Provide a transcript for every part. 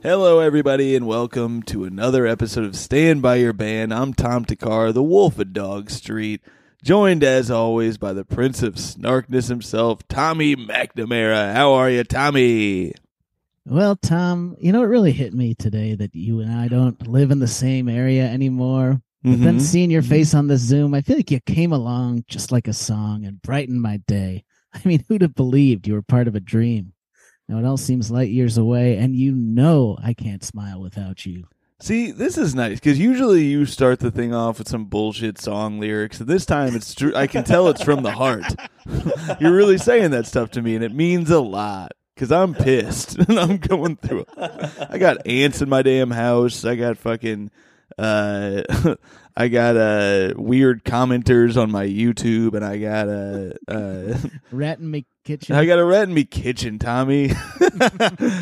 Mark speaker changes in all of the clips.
Speaker 1: Hello, everybody, and welcome to another episode of Stand By Your Band. I'm Tom Takar, the Wolf of Dog Street, joined as always by the Prince of Snarkness himself, Tommy McNamara. How are you, Tommy?
Speaker 2: Well, Tom, you know, it really hit me today that you and I don't live in the same area anymore. But then
Speaker 1: Mhm.
Speaker 2: seeing your face on the Zoom, I feel like you came along just like a song and brightened my day. I mean, who'd have believed you were part of a dream? Now it all seems light years away, and you know I can't smile without you.
Speaker 1: See, this is nice because usually you start the thing off with some bullshit song lyrics. This time, it's true. I can tell it's from the heart. You're really saying that stuff to me, and it means a lot. Cause I'm pissed and I'm going through. I got ants in my damn house. I got fucking. Uh, I got uh weird commenters on my YouTube, and I got a. Uh,
Speaker 2: Rat in my kitchen.
Speaker 1: I got a rat in me kitchen, Tommy.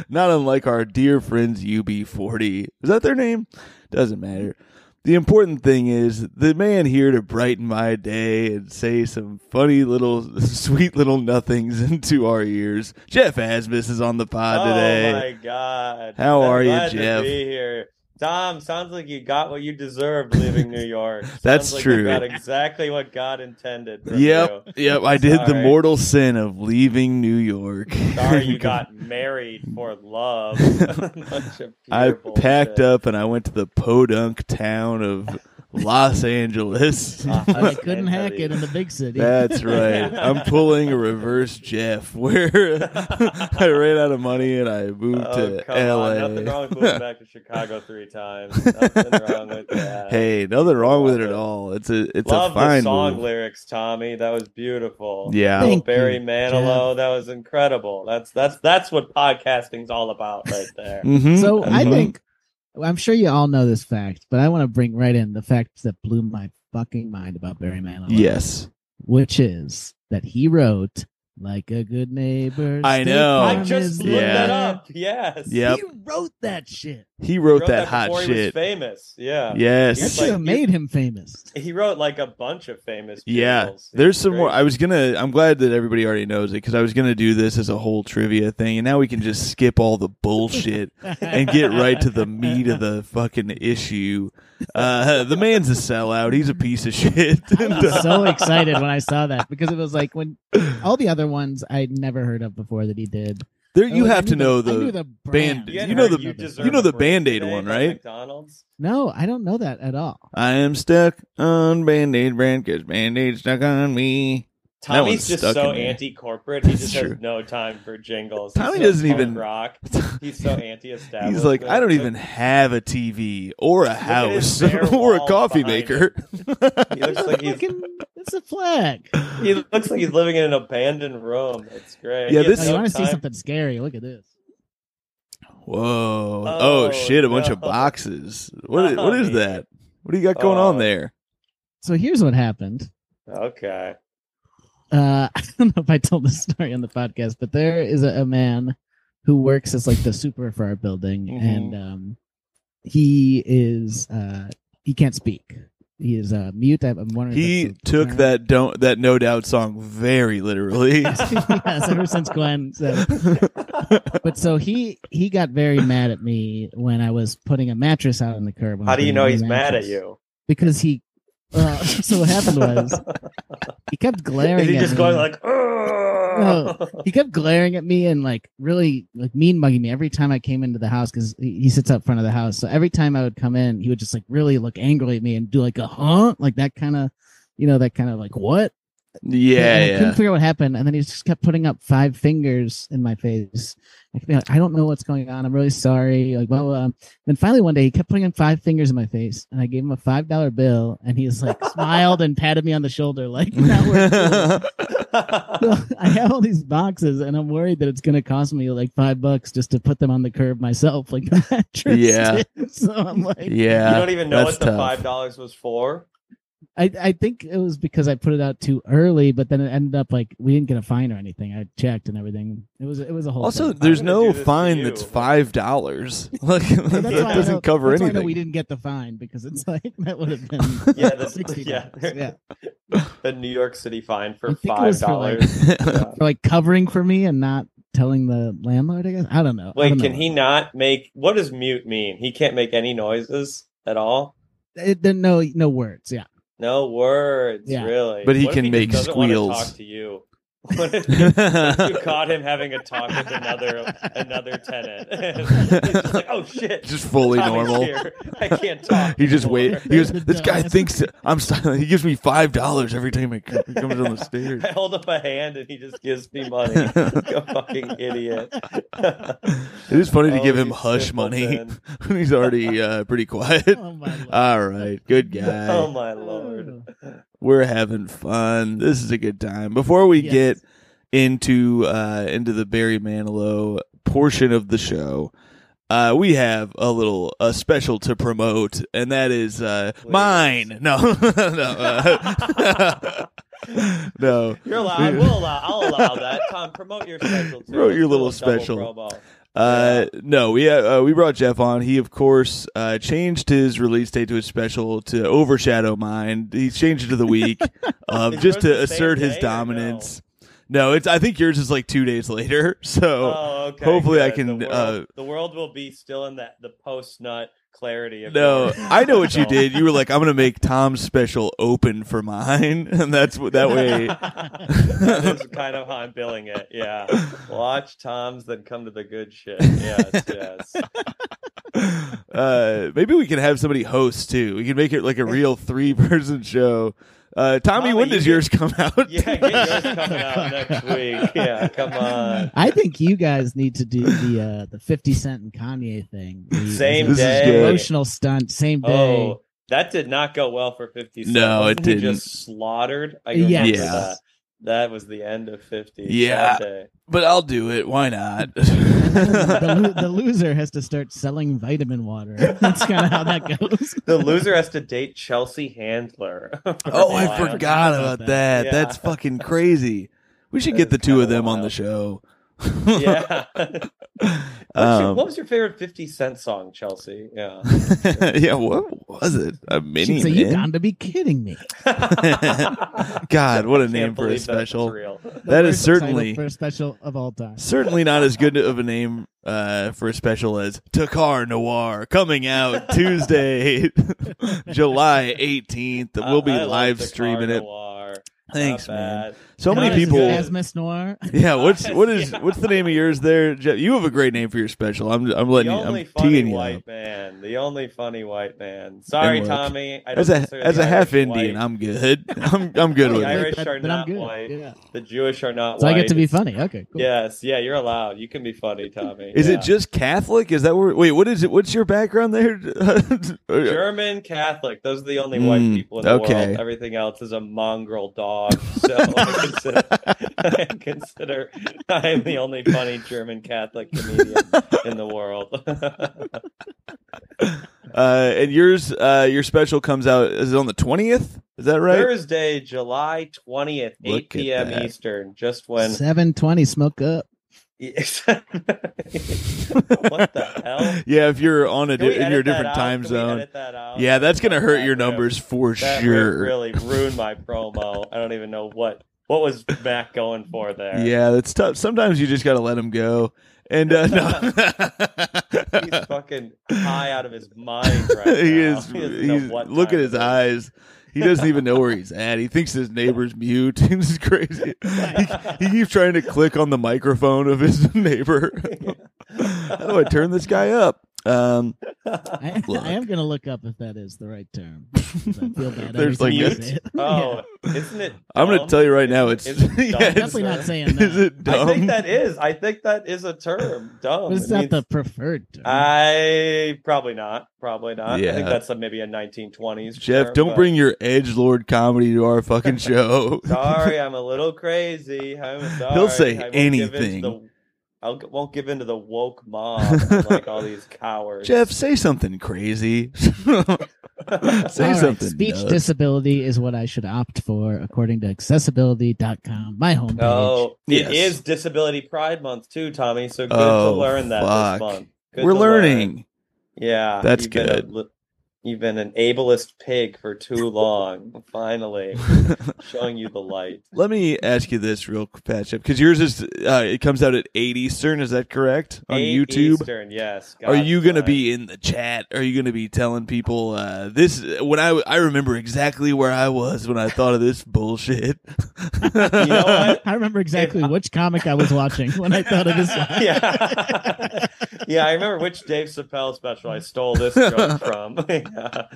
Speaker 1: Not unlike our dear friends UB40. Is that their name? Doesn't matter. The important thing is the man here to brighten my day and say some funny little, sweet little nothings into our ears. Jeff Asmus is on the pod today.
Speaker 3: Oh my god!
Speaker 1: How are you,
Speaker 3: glad to
Speaker 1: Jeff?
Speaker 3: be here, Tom. Sounds like you got what you deserved leaving New York. Sounds
Speaker 1: That's
Speaker 3: like
Speaker 1: true.
Speaker 3: You got exactly what God intended. from
Speaker 1: Yep,
Speaker 3: you.
Speaker 1: yep. I did the
Speaker 3: Sorry.
Speaker 1: mortal sin of leaving New York.
Speaker 3: Sorry, you got married for love. Bunch of
Speaker 1: I
Speaker 3: pure
Speaker 1: packed
Speaker 3: bullshit.
Speaker 1: up and I went to the podunk town of Los Angeles.
Speaker 3: Uh-huh.
Speaker 2: I couldn't hack it in the big city.
Speaker 1: That's right. I'm pulling a reverse Jeff where I ran out of money and I moved
Speaker 3: Oh,
Speaker 1: to
Speaker 3: come
Speaker 1: LA.
Speaker 3: on. Nothing wrong with moving back to Chicago three times. Nothing wrong with that.
Speaker 1: hey, nothing wrong with it
Speaker 3: Love
Speaker 1: at
Speaker 3: it.
Speaker 1: all. It's a it's
Speaker 3: Love
Speaker 1: a fine
Speaker 3: the song
Speaker 1: move.
Speaker 3: lyrics, Tommy. That was beautiful.
Speaker 1: Yeah.
Speaker 3: Little
Speaker 2: Thank
Speaker 3: Barry
Speaker 2: you,
Speaker 3: Manilow. That was incredible. That's that's that's what podcasting's all about, right there.
Speaker 1: Mhm.
Speaker 2: So I
Speaker 1: Mhm.
Speaker 2: think I'm sure you all know this fact, but I want to bring right in the fact that blew my fucking mind about Barry Manilow.
Speaker 1: yes.
Speaker 2: which is that he wrote like a good neighbor.
Speaker 1: I
Speaker 2: State
Speaker 1: know.
Speaker 2: Farm
Speaker 3: I just
Speaker 2: is
Speaker 3: looked that
Speaker 2: there.
Speaker 3: up. Yes.
Speaker 1: Yeah. Yep.
Speaker 2: He wrote that shit.
Speaker 1: He
Speaker 3: He
Speaker 1: wrote,
Speaker 3: wrote
Speaker 1: that,
Speaker 3: before
Speaker 1: hot
Speaker 3: He was
Speaker 1: shit.
Speaker 3: famous. Yeah.
Speaker 1: Yes.
Speaker 2: That
Speaker 3: It's
Speaker 2: should
Speaker 3: like-
Speaker 2: have made him famous.
Speaker 3: He wrote like a bunch of famous.
Speaker 1: Yeah,
Speaker 3: peoples. It
Speaker 1: there's
Speaker 3: was
Speaker 1: some more.
Speaker 3: great.
Speaker 1: I was gonna. I'm glad that everybody already knows it because I was gonna do this as a whole trivia thing, and now we can just skip all the bullshit and get right to the meat of the fucking issue. Uh, the man's a sellout. He's a piece of shit.
Speaker 2: I
Speaker 1: And,
Speaker 2: was
Speaker 1: uh,
Speaker 2: so excited when I saw that because it was like when all the other ones I'd never heard of before that he did.
Speaker 1: there, you
Speaker 2: Like, Oh, I
Speaker 1: have
Speaker 2: knew
Speaker 1: to know
Speaker 2: I knew
Speaker 1: the.
Speaker 2: brand.
Speaker 1: band-
Speaker 3: hadn't
Speaker 1: you know
Speaker 3: heard
Speaker 1: the-
Speaker 3: Deserve
Speaker 1: you know the
Speaker 3: a Break
Speaker 1: Band-Aid
Speaker 3: Today
Speaker 1: one,
Speaker 3: by
Speaker 1: right?
Speaker 3: McDonald's.
Speaker 2: No, I don't know that at all.
Speaker 1: I am stuck on Band Aid brand because Band Aid stuck on me. That one's
Speaker 3: Tommy's just
Speaker 1: stuck
Speaker 3: so
Speaker 1: in me.
Speaker 3: anti-corporate. He
Speaker 1: That's
Speaker 3: just
Speaker 1: true.
Speaker 3: has no time for jingles.
Speaker 1: Tommy
Speaker 3: He's so
Speaker 1: doesn't
Speaker 3: punk
Speaker 1: even-
Speaker 3: rock. He's so anti-establishment.
Speaker 1: He's like, I don't
Speaker 3: Like,
Speaker 1: even have a TV or a
Speaker 3: at his
Speaker 1: house
Speaker 3: bare
Speaker 1: or a
Speaker 3: wall
Speaker 1: coffee
Speaker 3: behind
Speaker 1: maker.
Speaker 3: He looks like he's
Speaker 2: Fucking, it's a flag.
Speaker 3: he looks like he's living in an abandoned room. It's great.
Speaker 1: Yeah,
Speaker 3: He has
Speaker 1: this-
Speaker 2: Oh,
Speaker 1: No
Speaker 2: you
Speaker 3: no
Speaker 2: want to see
Speaker 3: time-
Speaker 2: something scary? Look at this.
Speaker 1: Whoa! Oh,
Speaker 3: Oh,
Speaker 1: shit! A bunch
Speaker 3: no.
Speaker 1: of boxes. What is, what is
Speaker 3: Tommy.
Speaker 1: that? What do you got going on
Speaker 3: Oh.
Speaker 1: there?
Speaker 2: So here's what happened.
Speaker 3: Okay.
Speaker 2: uh, I don't know if I told this story on the podcast, but there is a, a man who works as like the super for our building,
Speaker 3: Mm-hmm.
Speaker 1: Mhm.
Speaker 2: and um, he is uh, he can't speak. He is uh, mute. I'm wondering. if
Speaker 1: He
Speaker 2: that's a
Speaker 1: took
Speaker 2: term.
Speaker 1: that don't that no doubt song very literally.
Speaker 2: yes, ever since Glenn said. But so he he got very mad at me when I was putting a mattress out on the curb. when I
Speaker 3: How
Speaker 2: was
Speaker 3: do you
Speaker 2: putting
Speaker 3: know
Speaker 2: a
Speaker 3: he's mad at
Speaker 2: mattress.
Speaker 3: you?
Speaker 2: Because he. Uh, so what happened was he kept glaring.
Speaker 3: Is he
Speaker 2: at
Speaker 3: just
Speaker 2: me.
Speaker 3: going like, oh,
Speaker 2: he kept glaring at me and like really like mean mugging me every time I came into the house because he, he sits out front of the house. So every time I would come in, he would just "Uh-huh?" like really look angrily at me and do like a huh, like that kind of you know, that kind of like what?
Speaker 1: Yeah,
Speaker 2: And I couldn't
Speaker 1: yeah.
Speaker 2: figure out what happened, and then he just kept putting up five fingers in my face. I could be like, I don't know what's going on. I'm really sorry. Like, blah blah. blah. Then finally one day he kept putting in five fingers in my face, and I gave him a five dollar bill, and he's like smiled and patted me on the shoulder like now we're cool." So I have all these boxes, and I'm worried that it's going to cost me like five bucks just to put them on the curb myself. Like, the mattress
Speaker 1: Yeah.
Speaker 2: did. So I'm like,
Speaker 1: yeah.
Speaker 3: you don't even know
Speaker 1: that's
Speaker 3: what the
Speaker 1: tough.
Speaker 3: five dollars was for.
Speaker 2: I, I think it was because I put it out too early, but then it ended up like we didn't get a fine or anything. I checked and everything. It was it was a whole
Speaker 1: Also,
Speaker 2: thing.
Speaker 1: there's
Speaker 3: gonna
Speaker 1: no
Speaker 3: do this to
Speaker 1: fine
Speaker 3: you.
Speaker 1: that's five dollars. Like
Speaker 2: So
Speaker 1: that
Speaker 2: that's why I know-
Speaker 1: doesn't cover
Speaker 2: that's why I know
Speaker 1: anything.
Speaker 2: we didn't get the fine because it's like that would have been
Speaker 3: Yeah, that's-
Speaker 2: 60
Speaker 3: yeah.
Speaker 2: bucks. yeah.
Speaker 3: The New York City fine
Speaker 2: I
Speaker 3: for
Speaker 2: think it
Speaker 3: five
Speaker 2: was for, like-
Speaker 3: dollars. Yeah.
Speaker 2: For like covering for me and not telling the landlord. I guess I don't know. I
Speaker 3: Wait,
Speaker 2: don't
Speaker 3: can
Speaker 2: know.
Speaker 3: he not make? What does mute mean? He can't make any noises at all.
Speaker 2: It, there, no no words. Yeah.
Speaker 3: No words,
Speaker 2: Yeah.
Speaker 3: really.
Speaker 1: But he
Speaker 3: What if
Speaker 1: can
Speaker 3: just
Speaker 1: make
Speaker 3: doesn't wanna
Speaker 1: squeals.
Speaker 3: Talk to you. What if you you caught him having a talk with another another tenant? He's just like, oh shit,
Speaker 1: Just fully
Speaker 3: Tommy's
Speaker 1: normal.
Speaker 3: here. I can't talk.
Speaker 1: He just wait.
Speaker 3: anymore."
Speaker 1: He goes,
Speaker 2: The
Speaker 1: this guy
Speaker 2: dumbass.
Speaker 1: thinks I'm silent. He gives me five dollars every time he co- he comes down the stairs.
Speaker 3: I hold up a hand and he just gives me money. you fucking idiot.
Speaker 1: It is funny to
Speaker 3: Oh,
Speaker 1: give him
Speaker 3: you
Speaker 1: hush money
Speaker 3: simpleton.
Speaker 1: when he's already uh, pretty quiet.
Speaker 2: Oh my lord.
Speaker 1: All right, good guy.
Speaker 3: Oh my lord.
Speaker 1: We're having fun. This is a good time. Before we
Speaker 2: Yes.
Speaker 1: get into uh, into the Barry Manilow portion of the show, uh, we have a little a special to promote, and that is uh,
Speaker 3: Please.
Speaker 1: mine. No, no, uh, no.
Speaker 3: You're allowed. We'll allow. I'll allow that. Tom, promote your special.
Speaker 1: Promote
Speaker 3: Too.
Speaker 1: your
Speaker 3: Let's do a
Speaker 1: little
Speaker 3: double
Speaker 1: special.
Speaker 3: promo.
Speaker 1: Uh no, we uh, we brought Jeff on. He of course uh, changed his release date to his special to overshadow mine. He changed it to the week, um,
Speaker 3: Is
Speaker 1: just
Speaker 3: yours
Speaker 1: to
Speaker 3: the
Speaker 1: assert
Speaker 3: same
Speaker 1: his
Speaker 3: day or
Speaker 1: dominance. No, it's I think yours is like two days later. So
Speaker 3: Oh, okay.
Speaker 1: hopefully I
Speaker 3: good.
Speaker 1: can,
Speaker 3: The world,
Speaker 1: uh,
Speaker 3: the world will be still in that the post nut clarity. Of
Speaker 1: no,
Speaker 3: yours.
Speaker 1: I know what you
Speaker 3: So-
Speaker 1: did. You were like, I'm gonna make Tom's special open for mine, and that's what that way.
Speaker 3: that is kind of how I'm billing it. Yeah. Watch Tom's, then come to the good shit. Yes, yes.
Speaker 1: Uh, maybe we can have somebody host too. We can make it like a real three person show. Uh, Tommy,
Speaker 3: Tommy,
Speaker 1: when
Speaker 3: you
Speaker 1: does
Speaker 3: did-
Speaker 1: yours come out?
Speaker 3: Yeah, get yours coming out next week. Yeah, come on.
Speaker 2: I think you guys need to do the uh, the Fifty Cent and Kanye thing. The-
Speaker 3: Same
Speaker 1: This is
Speaker 3: day.
Speaker 1: good.
Speaker 2: emotional stunt. Same day.
Speaker 3: Oh, that did not go well for 50 Cent.
Speaker 1: No,
Speaker 3: Wasn't
Speaker 1: it
Speaker 3: he just slaughtered. I remember
Speaker 2: Yes.
Speaker 1: Yeah.
Speaker 3: that. That was the end of 50.
Speaker 1: Yeah.
Speaker 3: Sad day.
Speaker 1: but I'll do it. Why not?
Speaker 2: the, lo- the loser has to start selling vitamin water. That's kind of how that goes.
Speaker 3: The loser has to date Chelsea Handler.
Speaker 1: oh, I
Speaker 3: Wow.
Speaker 1: forgot about that.
Speaker 3: Yeah.
Speaker 1: That's fucking crazy. We should
Speaker 3: That
Speaker 1: get the
Speaker 3: is
Speaker 1: two of
Speaker 3: kinda
Speaker 1: them on the
Speaker 3: wild.
Speaker 1: show.
Speaker 3: Yeah. What's your-
Speaker 1: Um,
Speaker 3: what was your favorite 50 Cent song, Chelsea? Yeah.
Speaker 1: yeah, what was it? A mini
Speaker 2: She'd say, "You
Speaker 1: man?
Speaker 2: got to be kidding me!"
Speaker 1: God, what a
Speaker 3: Can't
Speaker 1: name for a
Speaker 3: believe that was
Speaker 1: special.
Speaker 3: real.
Speaker 2: The
Speaker 1: That is
Speaker 2: worst title
Speaker 1: certainly-
Speaker 2: for a special of all time.
Speaker 1: Certainly not as good of a name uh, for a special as Takar Noir coming out Tuesday, July 18th.
Speaker 3: I-
Speaker 1: We'll be
Speaker 3: I love
Speaker 1: live
Speaker 3: the
Speaker 1: streaming
Speaker 3: car
Speaker 1: it.
Speaker 3: noir. Not
Speaker 1: Thanks, man.
Speaker 3: bad.
Speaker 1: So
Speaker 3: Not
Speaker 1: many
Speaker 3: as
Speaker 1: people.
Speaker 3: good
Speaker 2: As Miss Noir,
Speaker 1: Yeah, what's what is
Speaker 3: Yeah.
Speaker 1: what's the name of yours there, Jeff? You have a great name for your special. I'm I'm letting
Speaker 3: the
Speaker 1: you,
Speaker 3: only
Speaker 1: I'm
Speaker 3: funny
Speaker 1: teeing you
Speaker 3: white
Speaker 1: up.
Speaker 3: man. The only funny white man. Sorry,
Speaker 1: look,
Speaker 3: Tommy. I
Speaker 1: As
Speaker 3: don't
Speaker 1: a
Speaker 3: consider
Speaker 1: as
Speaker 3: the
Speaker 1: a half
Speaker 3: Irish
Speaker 1: Indian,
Speaker 3: white.
Speaker 1: I'm good. I'm I'm good
Speaker 3: The
Speaker 1: with it.
Speaker 3: Irish are
Speaker 2: but
Speaker 3: not
Speaker 2: I'm good.
Speaker 3: white.
Speaker 2: Yeah.
Speaker 3: the Jewish are not
Speaker 2: So I
Speaker 3: white.
Speaker 2: get to be funny. Okay, cool.
Speaker 3: Yes, yeah, you're allowed. You can be funny, Tommy.
Speaker 1: Is
Speaker 3: Yeah.
Speaker 1: it just Catholic? Is that where? Wait, what is it? What's your background there?
Speaker 3: German Catholic? Those are the only white
Speaker 1: Mm,
Speaker 3: people in the
Speaker 1: okay.
Speaker 3: world. Everything else is a mongrel dog. So I consider, I consider I am the only funny German Catholic comedian in the world.
Speaker 1: Uh, and yours, uh, your special comes out is it on the twentieth? Is that right?
Speaker 3: Thursday, July twentieth,
Speaker 1: Look
Speaker 3: eight
Speaker 1: at
Speaker 3: p.m.
Speaker 1: that.
Speaker 3: Eastern. Just when
Speaker 2: Seven twenty, smoke up.
Speaker 3: Yes. what the hell?
Speaker 1: Yeah, if you're on a
Speaker 3: Can we
Speaker 1: di- if you're a
Speaker 3: edit that
Speaker 1: different
Speaker 3: out?
Speaker 1: time
Speaker 3: Can we
Speaker 1: zone,
Speaker 3: edit that out?
Speaker 1: yeah, that's gonna hurt your
Speaker 3: That would-
Speaker 1: numbers for
Speaker 3: That would
Speaker 1: sure.
Speaker 3: really ruined my promo. I don't even know what what was Mac going for there.
Speaker 1: Yeah, that's tough. Sometimes you just gotta let them go. And uh, no,
Speaker 3: He's fucking high out of his mind right now.
Speaker 1: he is.
Speaker 3: He doesn't know
Speaker 1: He's
Speaker 3: what
Speaker 1: look at
Speaker 3: time
Speaker 1: his
Speaker 3: it is.
Speaker 1: eyes. He doesn't even know where he's at. He thinks his neighbor's mute. this is crazy. He, he keeps trying to click on the microphone of his neighbor. How do I turn this guy up? Um,
Speaker 2: I,
Speaker 1: Look.
Speaker 2: I am gonna look up if that is the right term. 'cause I feel bad.
Speaker 1: There's like
Speaker 2: every time I
Speaker 3: this-
Speaker 2: say it.
Speaker 3: Oh, isn't it?
Speaker 1: I'm gonna
Speaker 3: dumb?
Speaker 1: tell you right now,
Speaker 3: Is it-
Speaker 1: it's-
Speaker 3: is
Speaker 1: yeah,
Speaker 3: it dumb?
Speaker 1: it's- uh,
Speaker 2: definitely not saying that.
Speaker 1: is it
Speaker 3: I
Speaker 1: dumb?
Speaker 3: think that is. I think that is a term. Dumb.
Speaker 2: But it's
Speaker 3: It
Speaker 2: not
Speaker 3: means-
Speaker 2: the preferred term.
Speaker 3: I probably not. Probably not. I think
Speaker 1: Yeah.
Speaker 3: that's a, maybe a 1920s.
Speaker 1: Jeff,
Speaker 3: term,
Speaker 1: don't
Speaker 3: but-
Speaker 1: bring your edge lord comedy to our fucking show.
Speaker 3: Sorry, I'm a little crazy. I'm sorry.
Speaker 1: He'll say
Speaker 3: I won't give in to
Speaker 1: anything.
Speaker 3: the- I won't give in to the woke mob like all these cowards.
Speaker 1: Jeff, say something crazy.
Speaker 2: All
Speaker 1: say
Speaker 2: right,
Speaker 1: something.
Speaker 2: Speech
Speaker 1: nuts.
Speaker 2: disability is what I should opt for, according to accessibility.com, my homepage.
Speaker 3: Oh,
Speaker 1: Yes.
Speaker 3: it is Disability Pride Month too, Tommy. So good
Speaker 1: Oh,
Speaker 3: to learn that
Speaker 1: fuck.
Speaker 3: this month. Good
Speaker 1: We're
Speaker 3: to learn.
Speaker 1: learning.
Speaker 3: Yeah,
Speaker 1: That's
Speaker 3: you've been a
Speaker 1: good.
Speaker 3: li- you've been an ableist pig for too long. Finally, showing you the light.
Speaker 1: Let me ask you this real patch up because yours is uh, it comes out at eight Eastern. Is that correct on
Speaker 3: Eight
Speaker 1: YouTube?
Speaker 3: Eastern, yes.
Speaker 1: Are you
Speaker 3: God's
Speaker 1: gonna
Speaker 3: time.
Speaker 1: be in the chat? Are you gonna be telling people uh, this? When I I remember exactly where I was when I thought of this bullshit.
Speaker 3: You know what?
Speaker 2: I remember exactly which comic I was watching when I thought of this one.
Speaker 3: yeah. yeah, I remember which Dave Chappelle special I stole this joke from. Yeah.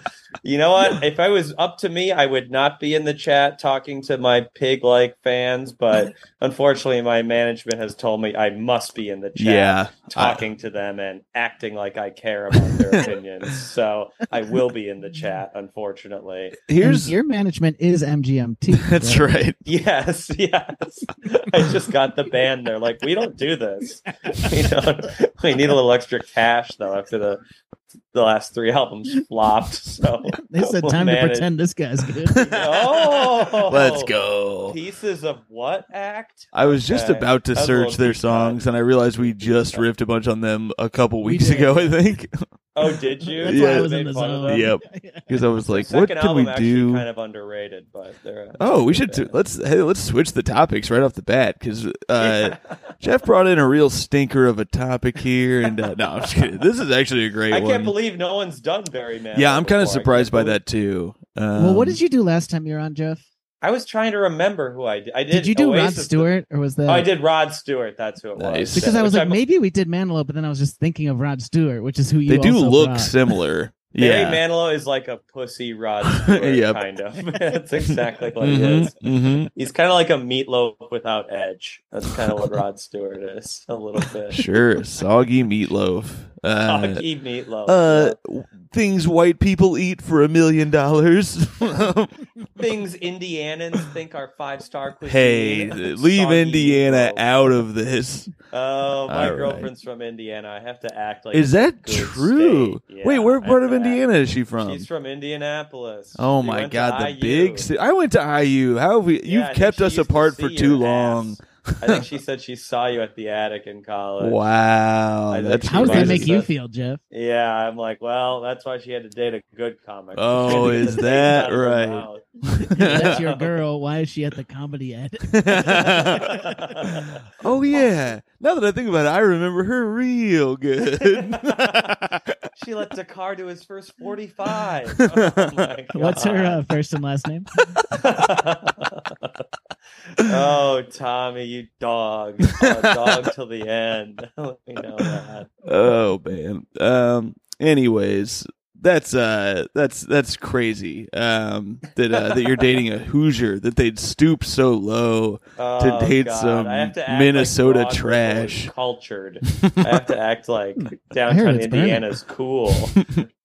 Speaker 3: You know what? If I was up to me, I would not be in the chat talking to my pig like fans, but unfortunately, my management has told me I must be in the chat
Speaker 1: Yeah,
Speaker 3: talking to them and acting like I care about their opinions. So I will be in the chat, unfortunately.
Speaker 2: And
Speaker 1: here's
Speaker 2: your management is MGMT.
Speaker 1: that's right.
Speaker 3: Yes, yes. I just got the band. They're like, we don't do this. We don't. We need a little extra cash though after the the last three albums flopped. So
Speaker 2: They said
Speaker 3: we'll
Speaker 2: time to
Speaker 3: manage."
Speaker 2: pretend this guy's good.
Speaker 3: Oh,
Speaker 1: Let's go.
Speaker 3: Pieces of what act?
Speaker 1: I was just
Speaker 3: Okay.
Speaker 1: about to
Speaker 3: That was a
Speaker 1: search
Speaker 3: little
Speaker 1: their
Speaker 3: deep dive.
Speaker 1: songs, and I realized we just riffed a bunch on them a couple
Speaker 2: We
Speaker 1: weeks
Speaker 2: did.
Speaker 1: ago. I think
Speaker 3: Oh, did you?
Speaker 2: That's why I
Speaker 1: Yeah.
Speaker 2: was in the
Speaker 3: Made fun of
Speaker 2: zone.
Speaker 3: them?
Speaker 1: Yep. because I was
Speaker 3: Their
Speaker 1: like,
Speaker 3: second
Speaker 1: "What can we
Speaker 3: album actually
Speaker 1: do?"
Speaker 3: Kind of underrated, but they're a-
Speaker 1: oh, we should
Speaker 3: they're
Speaker 1: do,
Speaker 3: a-
Speaker 1: let's hey let's switch the topics right off the bat because uh,
Speaker 3: Yeah.
Speaker 1: Jeff brought in a real stinker of a topic here, and uh, no, I'm just kidding. This is actually a great
Speaker 3: I
Speaker 1: one.
Speaker 3: can't believe no one's done Barry Man.
Speaker 1: yeah, I'm kind of
Speaker 3: before. I
Speaker 1: surprised by
Speaker 3: can't believe-
Speaker 1: that too. Um,
Speaker 2: Well, what did you do last time you were on, Jeff?
Speaker 3: I was trying to remember who I did. I did.
Speaker 2: Did, you do Rod
Speaker 3: Oasis the-
Speaker 2: Stewart, or was that?
Speaker 3: Oh, I did Rod Stewart. That's who it was.
Speaker 1: Nice.
Speaker 2: Because I was
Speaker 3: Which
Speaker 2: like,
Speaker 3: I'm-
Speaker 2: maybe we did Manilow, but then I was just thinking of Rod Stewart, which is who you.
Speaker 1: They do
Speaker 2: also
Speaker 1: look
Speaker 2: brought.
Speaker 1: similar.
Speaker 3: Barry
Speaker 1: yeah.
Speaker 3: Manilow is like a pussy Rod Stewart,
Speaker 1: Yep.
Speaker 3: kind of. That's exactly what he
Speaker 1: Mhm,
Speaker 3: is.
Speaker 1: mhm.
Speaker 3: He's kind of like a meatloaf without edge. That's kind of what Rod Stewart is, a little bit.
Speaker 1: Sure, soggy meatloaf. Uh,
Speaker 3: Soggy meatloaf.
Speaker 1: uh, things white people eat for a million dollars.
Speaker 3: Things Indianans think are five star cuisine.
Speaker 1: Hey, th- leave
Speaker 3: Soggy
Speaker 1: Indiana
Speaker 3: meatloaf.
Speaker 1: out of this.
Speaker 3: Oh, my
Speaker 1: All right.
Speaker 3: girlfriend's from Indiana. I have to act like.
Speaker 1: Is that
Speaker 3: it's a good
Speaker 1: true?
Speaker 3: state.
Speaker 1: Wait,
Speaker 3: Yeah,
Speaker 1: where
Speaker 3: I
Speaker 1: part
Speaker 3: have
Speaker 1: of
Speaker 3: to act-
Speaker 1: Indiana is she from?
Speaker 3: She's from Indianapolis.
Speaker 1: Oh
Speaker 3: She
Speaker 1: my
Speaker 3: went to
Speaker 1: god, the
Speaker 3: IU.
Speaker 1: big city. I went to IU. How have we?
Speaker 3: Yeah, I
Speaker 1: you've
Speaker 3: think
Speaker 1: kept
Speaker 3: she
Speaker 1: us
Speaker 3: used to
Speaker 1: apart for
Speaker 3: see
Speaker 1: too
Speaker 3: your
Speaker 1: long.
Speaker 3: ass. I think she said she saw you at the attic in college. I
Speaker 1: Wow,
Speaker 3: think
Speaker 1: that's
Speaker 3: she
Speaker 2: How does that
Speaker 3: reminds
Speaker 2: make
Speaker 3: us
Speaker 2: you
Speaker 3: that-
Speaker 2: feel, Jeff?
Speaker 3: Yeah, I'm like, well, that's why she had to date a good comic.
Speaker 1: Oh,
Speaker 3: She had to get
Speaker 1: is
Speaker 3: the things
Speaker 1: that
Speaker 3: out of her
Speaker 1: right?
Speaker 3: mouth.
Speaker 2: That's
Speaker 1: crazy.
Speaker 2: your girl. Why is she at the comedy ed?
Speaker 3: your-
Speaker 1: oh yeah. Now that I think about it, I remember her real good.
Speaker 3: She let Dakar do his first 45. Oh, my
Speaker 2: What's her
Speaker 3: God.
Speaker 2: uh, first and last name?
Speaker 3: oh, Tommy, you dog. A dog till the end. Let me know that.
Speaker 1: oh man. Um. Anyways, that's uh, that's that's crazy. Um. That uh, that you're dating a Hoosier. That they'd stoop so low.
Speaker 3: Oh,
Speaker 1: date
Speaker 3: God.
Speaker 1: some
Speaker 3: I have to act
Speaker 1: Minnesota
Speaker 3: like Broadway was
Speaker 1: trash.
Speaker 3: Cultured. I have to act like downtown
Speaker 2: it's burning.
Speaker 3: Indiana's cool.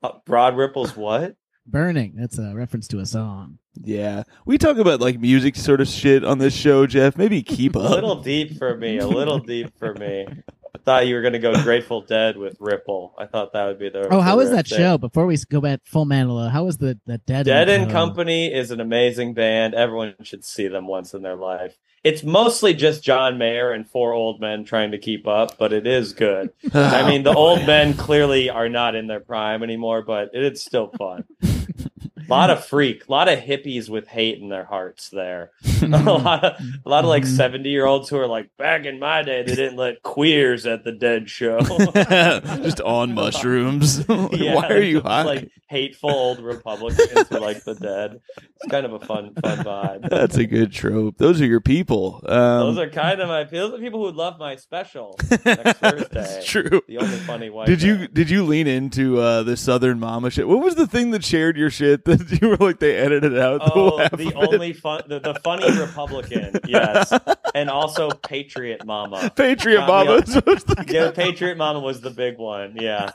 Speaker 3: Uh, Broad Ripples, what?
Speaker 2: Burning. That's a reference to a song.
Speaker 1: Yeah, we talk about like music sort of shit on this show, Jeff. Maybe keep
Speaker 3: A
Speaker 1: up.
Speaker 3: little deep for me. A little deep for me. I thought you were going to go Grateful Dead with Ripple. I thought that would be the.
Speaker 2: Oh, how
Speaker 3: the
Speaker 2: is that
Speaker 3: thing.
Speaker 2: show? Before we go back full Manilow, how was the the Dead
Speaker 3: Dead
Speaker 1: Uh,
Speaker 3: and
Speaker 2: Co?
Speaker 3: Company is an amazing band. Everyone should see them once in their life. It's mostly just John Mayer and four old men trying to keep up, but it is good. I mean, the old men clearly are not in their prime anymore, but it's still fun. a lot of freak, a lot of hippies with hate in their hearts there. a lot of a lot of like
Speaker 1: Mm-hmm.
Speaker 2: Mhm.
Speaker 3: 70 year olds who are like, back in my day, they didn't let queers at the dead show.
Speaker 1: just on mushrooms. Like, why are
Speaker 3: they're
Speaker 1: you
Speaker 3: just,
Speaker 1: high?
Speaker 3: like hateful old Republicans who like the dead? It's kind of a fun, fun vibe.
Speaker 1: That's a good trope. Those are your people. Um,
Speaker 3: Those are kind of my those are people who love my special next Thursday.
Speaker 1: it's true.
Speaker 3: The only funny white.
Speaker 1: Did you
Speaker 3: guy.
Speaker 1: did you lean into uh, the Southern Mama shit? What was the thing that shared your shit that you were like they edited out?
Speaker 3: Oh,
Speaker 1: laugh
Speaker 3: the
Speaker 1: bit?
Speaker 3: only fun, the, the funny Republican, yes, and also Patriot Mama.
Speaker 1: Patriot
Speaker 3: Got me
Speaker 1: Mama.
Speaker 3: on-
Speaker 1: is what the
Speaker 3: Yeah, Patriot Mama was the big one. Yeah,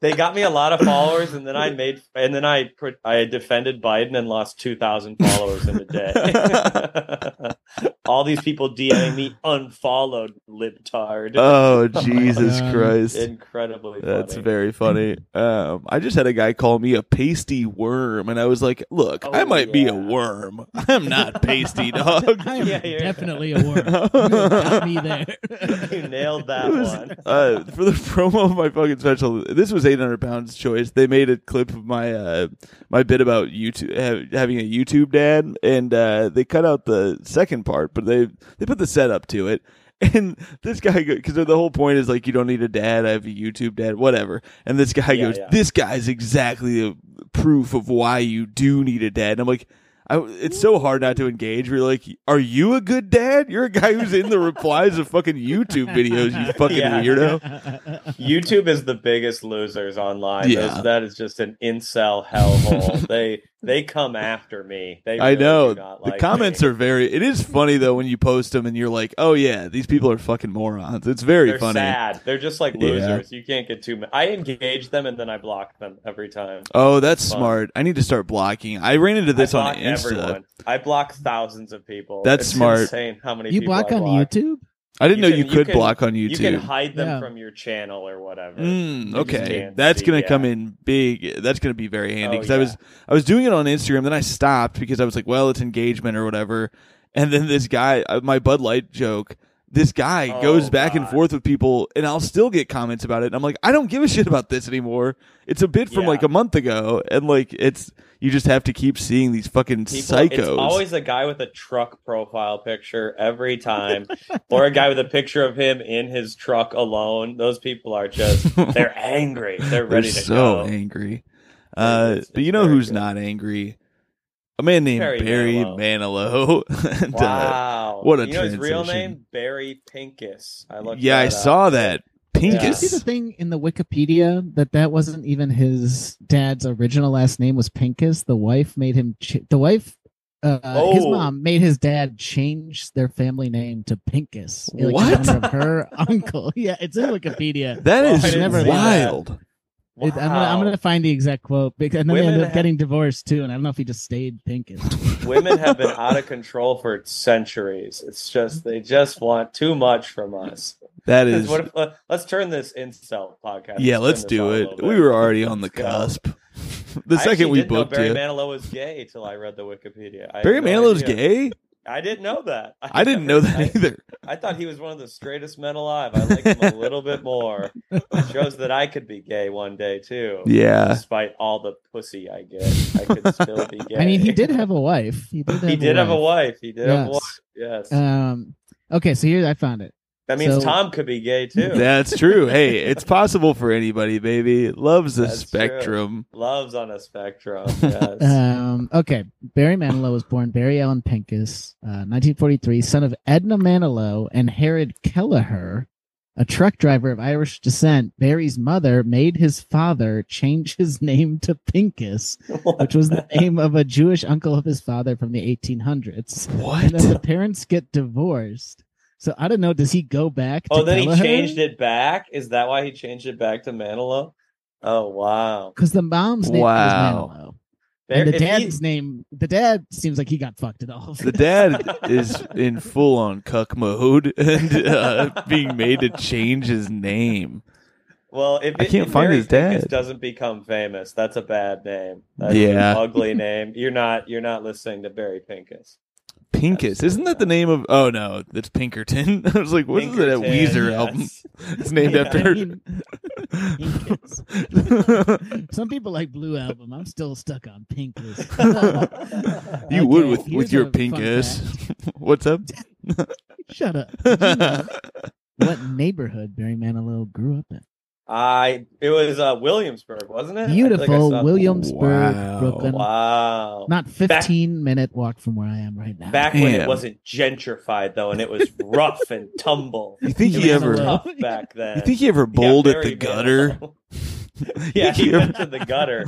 Speaker 3: they got me a lot of followers, and then I made, and then I pr- I defended Biden and lost two thousand followers in a day. All these people DMing me unfollowed libtard.
Speaker 1: oh
Speaker 3: my
Speaker 1: Jesus
Speaker 2: God.
Speaker 1: Christ!
Speaker 3: Incredibly.
Speaker 1: That's
Speaker 3: funny.
Speaker 1: very funny. Um, I just had a guy call me a pasty worm, and I was like, "Look,
Speaker 3: Oh,
Speaker 1: I might be a
Speaker 3: yeah.
Speaker 1: worm. I'm not pasty, dog."
Speaker 2: I am
Speaker 3: Yeah, you're-
Speaker 2: definitely a worm. You got me there.
Speaker 3: You nailed that
Speaker 1: It was-
Speaker 3: one.
Speaker 1: uh, for the promo of my fucking special, this was 800 pounds choice. They made a clip of my uh, my bit about YouTube ha- having a YouTube dad, and uh, they cut out the second part, but they they put the setup to it. And this guy, because the whole point is like you don't need a dad. I have a YouTube dad, whatever. And this guy
Speaker 3: Yeah,
Speaker 1: goes,
Speaker 3: yeah.
Speaker 1: "This guy's exactly the proof of why you do need a dad." And I'm like, I, it's so hard not to engage. We're like, are you a good dad? You're a guy who's in the replies of fucking YouTube videos, you fucking
Speaker 3: Yeah.
Speaker 1: weirdo.
Speaker 3: YouTube is the biggest losers online.
Speaker 1: Yeah.
Speaker 3: Those- that is just an incel hellhole. they they come after me. They
Speaker 1: I
Speaker 3: really
Speaker 1: know.
Speaker 3: do not
Speaker 1: the
Speaker 3: like
Speaker 1: comments
Speaker 3: me.
Speaker 1: are very. It is funny, though, when you post them and you're like, oh, yeah, these people are fucking morons. It's very
Speaker 3: They're
Speaker 1: funny.
Speaker 3: sad. They're just like
Speaker 1: Yeah.
Speaker 3: losers. You can't get too many. I engage them and then I block them every time.
Speaker 1: Oh, that's
Speaker 3: Fun.
Speaker 1: smart. I need to start blocking. I ran into this
Speaker 3: I
Speaker 1: on
Speaker 3: block
Speaker 1: Insta.
Speaker 3: everyone. I block thousands of people.
Speaker 1: That's
Speaker 3: It's
Speaker 1: smart.
Speaker 3: Insane how many
Speaker 2: you
Speaker 3: people
Speaker 2: block
Speaker 3: I
Speaker 2: on
Speaker 3: block.
Speaker 2: YouTube?
Speaker 1: I didn't
Speaker 3: You
Speaker 1: know
Speaker 3: can-
Speaker 1: you
Speaker 3: you
Speaker 1: could
Speaker 3: can-
Speaker 1: block on
Speaker 3: You can
Speaker 1: YouTube.
Speaker 3: hide them
Speaker 2: Yeah.
Speaker 3: from your channel or whatever.
Speaker 1: Mm,
Speaker 3: You just
Speaker 1: okay,
Speaker 3: can't
Speaker 1: that's
Speaker 3: see,
Speaker 1: gonna
Speaker 3: yeah.
Speaker 1: come in big. That's gonna be very handy
Speaker 3: Oh,
Speaker 1: because I was I was doing it on Instagram, then I stopped because I was like, well, it's engagement or whatever. And then this guy, uh, my Bud Light joke, this guy
Speaker 3: Oh,
Speaker 1: goes back and
Speaker 3: God.
Speaker 1: forth with people, and I'll still get comments about it. And I'm like, I don't give a shit about this anymore. It's a bit from
Speaker 3: Yeah.
Speaker 1: like a month ago, and like it's you just have to keep seeing these fucking
Speaker 3: People-
Speaker 1: psychos.
Speaker 3: It's always a guy with a truck profile picture every time, or a guy with a picture of him in his truck alone. Those people are just they're angry. They're ready
Speaker 1: They're
Speaker 3: to
Speaker 1: so
Speaker 3: go.
Speaker 1: angry.
Speaker 3: Yeah,
Speaker 1: Uh,
Speaker 3: it's-
Speaker 1: but
Speaker 3: it's
Speaker 1: you know
Speaker 3: very
Speaker 1: who's
Speaker 3: good.
Speaker 1: not angry? A man named
Speaker 3: Barry
Speaker 1: Barry Manilow. And, uh,
Speaker 3: Wow.
Speaker 1: what a
Speaker 3: you know his real
Speaker 1: transition.
Speaker 3: name? Barry Pincus. I looked
Speaker 1: yeah,
Speaker 3: that
Speaker 1: I
Speaker 3: up.
Speaker 1: saw that.
Speaker 2: Did you
Speaker 1: Pincus.
Speaker 2: see the thing in the Wikipedia that that wasn't even his dad's original last name was Pincus? The wife made him. Ch- the wife, uh, his
Speaker 3: Oh.
Speaker 2: mom made his dad change their family name to Pincus. in
Speaker 1: What?
Speaker 2: honor of her uncle. Yeah, it's in Wikipedia.
Speaker 1: That
Speaker 3: Well,
Speaker 1: is
Speaker 3: I didn't
Speaker 2: see that.
Speaker 1: wild.
Speaker 2: It- I'm, gonna, I'm
Speaker 3: Wow.
Speaker 2: gonna find the exact quote because and then
Speaker 3: Women
Speaker 2: they ended up
Speaker 3: have-
Speaker 2: getting divorced too, and I don't know if he just stayed Pincus.
Speaker 3: Women have been out of control for centuries. It's just they just want too much from us.
Speaker 1: That is.
Speaker 3: What if- uh, let's turn this incel podcast.
Speaker 1: yeah,
Speaker 3: turn
Speaker 1: let's
Speaker 3: this
Speaker 1: do
Speaker 3: on a
Speaker 1: it.
Speaker 3: little
Speaker 1: We
Speaker 3: bit.
Speaker 1: were already on the
Speaker 3: Let's go.
Speaker 1: cusp. The
Speaker 3: I
Speaker 1: second
Speaker 3: actually
Speaker 1: we
Speaker 3: didn't know
Speaker 1: booked
Speaker 3: Barry
Speaker 1: you.
Speaker 3: Manilow was gay till I read the Wikipedia. I had
Speaker 1: Barry
Speaker 3: no
Speaker 1: Manilow's
Speaker 3: idea.
Speaker 1: gay?
Speaker 3: I didn't know that.
Speaker 1: I didn't know that either.
Speaker 3: I, I thought he was one of the straightest men alive. I like him a little bit more. It shows that I could be gay one day too.
Speaker 1: Yeah.
Speaker 3: Despite all the pussy I get, I could still be gay.
Speaker 2: I mean, he did have a wife. He did. Have
Speaker 3: He did have a wife. He did have a
Speaker 2: Yes.
Speaker 3: wife. Yes.
Speaker 2: Um. Okay, so here I found it.
Speaker 3: that means
Speaker 2: so-
Speaker 3: Tom could be gay too.
Speaker 1: That's true. Hey, it's possible for anybody, baby. Loves the
Speaker 3: That's true.
Speaker 1: spectrum.
Speaker 3: Loves on a spectrum. Yes.
Speaker 2: Um, okay, Barry Manilow was born Barry Allen Pincus, uh, 1943, son of Edna Manilow and Herod Kelleher, a truck driver of Irish descent. Barry's mother made his father change his name to Pincus, which was the name of a Jewish uncle of his father from the 1800s. And then the
Speaker 1: What?
Speaker 2: parents get divorced. So I don't know. Does he go back?
Speaker 3: oh, then he changed it back. Is that why he changed it back to Manilow? Oh wow.
Speaker 2: because the mom's name
Speaker 1: Wow.
Speaker 2: was Manilow.
Speaker 3: There-
Speaker 2: and the
Speaker 3: if he-
Speaker 2: dad's name, the dad seems like he got fucked at all.
Speaker 1: The dad is in full on cuck mode and uh, being made to change his name.
Speaker 3: Well, if
Speaker 1: I
Speaker 3: it-
Speaker 1: can't
Speaker 3: if
Speaker 1: find
Speaker 3: Barry
Speaker 1: his
Speaker 3: Jenkins
Speaker 1: dad.
Speaker 3: doesn't become famous, that's a bad name. That's
Speaker 1: Yeah.
Speaker 3: an ugly name. You're not you're not listening to Barry Pincus.
Speaker 1: Pincus. Isn't that the name of? Oh no, it's Pinkerton. I was like, what is that
Speaker 3: Pinkerton,
Speaker 1: Weezer
Speaker 3: yes.
Speaker 1: album? It's named
Speaker 3: Yeah.
Speaker 1: after.
Speaker 2: Pincus. Some people like Blue Album. I'm still stuck on Pinkus.
Speaker 1: you
Speaker 2: Okay,
Speaker 1: would with with
Speaker 2: here's
Speaker 1: your
Speaker 2: a fun
Speaker 1: Pincus. What's up?
Speaker 2: Shut up. Did you know what neighborhood Barry Manilow grew up in?
Speaker 3: I it was uh, Williamsburg, wasn't it? I feel like I
Speaker 2: Beautiful
Speaker 3: saw-
Speaker 2: Williamsburg,
Speaker 1: Wow.
Speaker 2: Brooklyn.
Speaker 3: Wow.
Speaker 2: Not 15 minute walk from where I am right now.
Speaker 3: back when
Speaker 1: Damn.
Speaker 3: it wasn't gentrified though, and it was rough and tumble.
Speaker 1: You think
Speaker 3: It
Speaker 1: he
Speaker 3: was
Speaker 1: ever?
Speaker 3: tough back then?
Speaker 1: You think he ever
Speaker 3: Yeah,
Speaker 1: bowled at
Speaker 3: very
Speaker 1: the gutter?
Speaker 3: bad. yeah,
Speaker 1: Think he
Speaker 3: he
Speaker 1: ever-
Speaker 3: went to the gutter.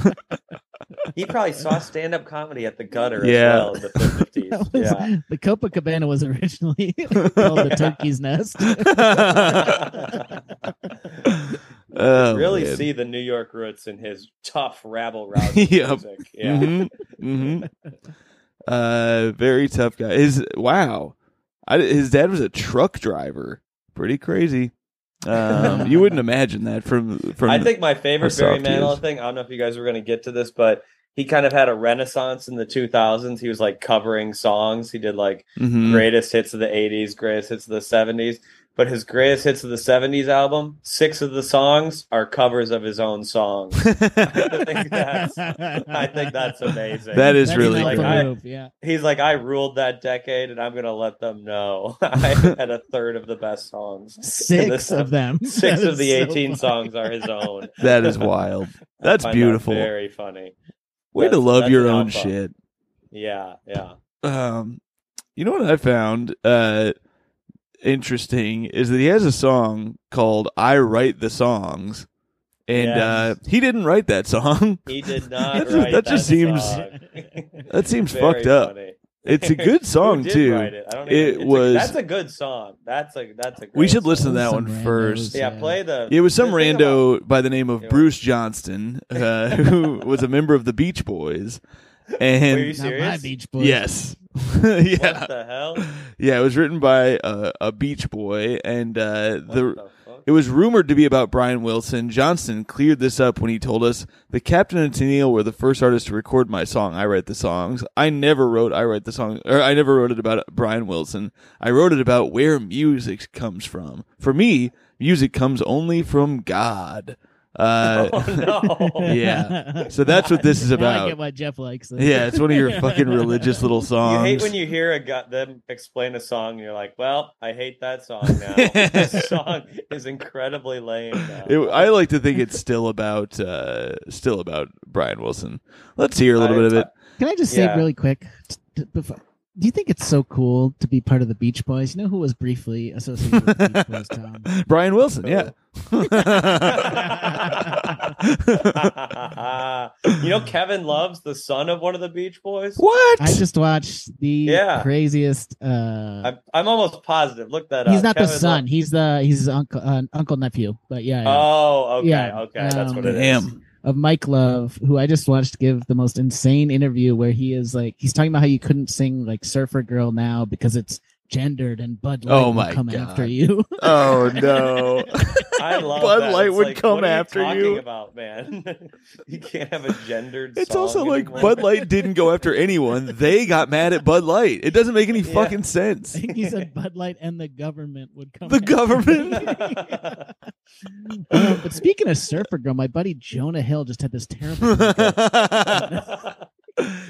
Speaker 3: he probably saw stand up comedy at the gutter
Speaker 1: Yeah.
Speaker 3: as well in the fifties.
Speaker 2: That was-
Speaker 3: Yeah.
Speaker 2: The Copacabana was originally called the Turkey's Nest.
Speaker 1: Oh,
Speaker 3: really
Speaker 1: man.
Speaker 3: see the New York roots in his tough rabble rousing
Speaker 1: Yep.
Speaker 3: music. Yeah.
Speaker 1: Mm-hmm. Uh, very tough guy. His wow, I, his dad was a truck driver. Pretty crazy. Um, you wouldn't imagine that from from.
Speaker 3: I think my favorite
Speaker 1: our
Speaker 3: Barry
Speaker 1: soft years.
Speaker 3: Manilow thing. I don't know if you guys were going to get to this, but he kind of had a renaissance in the 2000s. He was like covering songs. He did like
Speaker 1: Mhm.
Speaker 3: greatest hits of the 80s, greatest hits of the 70s. But his greatest hits of the 70s album, six of the songs are covers of his own songs. I think that's, I think that's amazing.
Speaker 1: That is
Speaker 2: That's
Speaker 1: really
Speaker 2: not
Speaker 3: like
Speaker 2: the
Speaker 1: cool.
Speaker 3: I-
Speaker 2: move, yeah.
Speaker 3: He's like, I ruled that decade, and I'm going to let them know I had a third of the best songs. in
Speaker 2: Six
Speaker 3: this-
Speaker 2: of them.
Speaker 3: Six
Speaker 2: That
Speaker 3: of
Speaker 2: is
Speaker 3: the
Speaker 2: so
Speaker 3: 18
Speaker 2: funny.
Speaker 3: songs are his own.
Speaker 1: that is wild. That's
Speaker 3: I find that
Speaker 1: beautiful.
Speaker 3: very funny.
Speaker 1: Way to
Speaker 3: that's-
Speaker 1: love
Speaker 3: that's
Speaker 1: your
Speaker 3: an
Speaker 1: own
Speaker 3: alpha.
Speaker 1: shit.
Speaker 3: Yeah, yeah.
Speaker 1: Um, you know what I found uh interesting is that he has a song called "I Write the Songs," and
Speaker 3: Yes.
Speaker 1: uh he didn't write that song.
Speaker 3: He did not
Speaker 1: That just-
Speaker 3: write
Speaker 1: that just seems-
Speaker 3: song.
Speaker 1: That seems
Speaker 3: Very
Speaker 1: fucked up.
Speaker 3: funny.
Speaker 1: It's a good song
Speaker 3: Who did
Speaker 1: too.
Speaker 3: write it? I don't
Speaker 1: It
Speaker 3: it's a-
Speaker 1: was-
Speaker 3: that's a good song. That's a that's a.
Speaker 1: We
Speaker 3: great
Speaker 1: should listen to
Speaker 3: song.
Speaker 1: that
Speaker 2: Some
Speaker 1: one
Speaker 2: randos.
Speaker 1: first.
Speaker 3: Yeah, play the.
Speaker 1: It was some
Speaker 3: the thing
Speaker 1: rando by the name of
Speaker 3: Yeah.
Speaker 1: Bruce Johnston, uh, who was a member of the Beach Boys, and
Speaker 3: Were you
Speaker 2: Not my
Speaker 3: serious?
Speaker 2: Beach Boys.
Speaker 1: yes,
Speaker 3: about-
Speaker 1: yeah,
Speaker 3: What the hell?
Speaker 1: yeah. It was written by a, a Beach Boy, and uh,
Speaker 3: What
Speaker 1: the
Speaker 3: fuck?
Speaker 1: It was rumored to be about Brian Wilson. Johnston cleared this up when he told us the Captain and Tennille were the first artists to record my song. I write the songs. I never wrote I write the song or I never wrote it about Brian Wilson. I wrote it about where music comes from. For me, music comes only from God. Uh,
Speaker 3: oh no!
Speaker 1: Yeah. so that's what this is
Speaker 2: Now I
Speaker 1: about.
Speaker 2: get why Jeff likes this.
Speaker 1: Yeah, it's one of your fucking religious little songs.
Speaker 3: You hate when you hear a gu- them explain a song, and you're like, "Well, I hate that song now. this song is incredibly lame." Now.
Speaker 1: It, I like to think it's still about uh, still about Brian Wilson. Let's hear a little
Speaker 3: I-
Speaker 1: bit of it.
Speaker 2: Can I just
Speaker 3: Yeah.
Speaker 2: say really quick? t- t- before- do you think it's so cool to be part of the Beach Boys? You know who was briefly associated with the Beach Boys, Tom?
Speaker 1: Brian Wilson, yeah.
Speaker 3: you know, Kevin loves the son of one of the Beach Boys.
Speaker 1: what?
Speaker 2: I just watched the
Speaker 3: Yeah.
Speaker 2: craziest. Uh,
Speaker 3: I'm, I'm almost positive. Look that up.
Speaker 2: he's not the
Speaker 3: uh, Kevin
Speaker 2: son.
Speaker 3: Love-
Speaker 2: He's the he's his uncle uh, uncle nephew. But yeah, yeah.
Speaker 3: Oh, okay,
Speaker 2: Yeah,
Speaker 3: okay, that's what
Speaker 2: um,
Speaker 3: it is.
Speaker 1: Damn.
Speaker 2: of Mike Love, who I just watched give the most insane interview where he is like he's talking about how you couldn't sing like Surfer Girl now because it's gendered and Bud Light
Speaker 1: Oh my
Speaker 2: will come
Speaker 1: God.
Speaker 2: after you.
Speaker 1: Oh no.
Speaker 3: I love
Speaker 1: Bud
Speaker 3: that.
Speaker 1: Light
Speaker 3: It's
Speaker 1: would
Speaker 3: like,
Speaker 1: come
Speaker 3: what are
Speaker 1: after
Speaker 3: you. Talking
Speaker 1: you.
Speaker 3: about man, you can't have a gendered.
Speaker 1: it's
Speaker 3: song
Speaker 1: also like
Speaker 3: anymore.
Speaker 1: Bud Light didn't go after anyone. They got mad at Bud Light. It doesn't make any
Speaker 3: Yeah.
Speaker 1: fucking
Speaker 2: I
Speaker 1: sense.
Speaker 2: think he said Bud Light and the government would come.
Speaker 1: The
Speaker 2: after
Speaker 1: government?
Speaker 2: you. Uh, but speaking of Surfer Girl, my buddy Jonah Hill just had this terrible. breakup.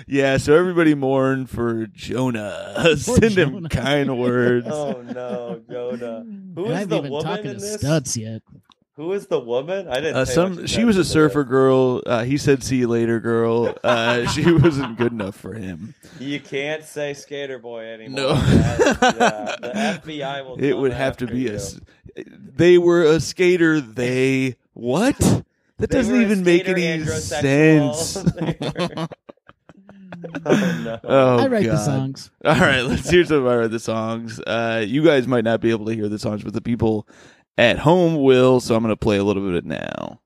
Speaker 1: yeah, so everybody mourn for Jonah. Send him
Speaker 2: Jonah.
Speaker 1: kind words.
Speaker 3: oh no, Jonah. uh, Who
Speaker 2: and
Speaker 3: is
Speaker 2: I haven't
Speaker 3: the
Speaker 2: even
Speaker 3: woman
Speaker 2: talking
Speaker 3: in
Speaker 2: to
Speaker 3: this?
Speaker 2: Studs yet.
Speaker 3: Who is the woman? I didn't.
Speaker 1: Uh,
Speaker 3: pay
Speaker 1: some
Speaker 3: much
Speaker 1: she was a
Speaker 3: attention to this.
Speaker 1: surfer girl. Uh, he said "see you later, girl." Uh, she wasn't good enough for him.
Speaker 3: You can't say skater boy anymore.
Speaker 1: No.
Speaker 3: That- yeah, the FBI will.
Speaker 1: It
Speaker 3: come
Speaker 1: would have to
Speaker 3: after
Speaker 1: be
Speaker 3: you.
Speaker 1: a. s- They were a skater. They what? That
Speaker 3: They
Speaker 1: doesn't
Speaker 3: were a
Speaker 1: even make
Speaker 3: skater
Speaker 1: any
Speaker 3: androsexual.
Speaker 1: sense.
Speaker 3: oh no.
Speaker 1: Oh,
Speaker 2: I write the
Speaker 1: God.
Speaker 2: songs.
Speaker 1: All right, let's hear some of the songs. Uh, you guys might not be able to hear the songs, but the people at home will. So I'm going to play a little bit of it now.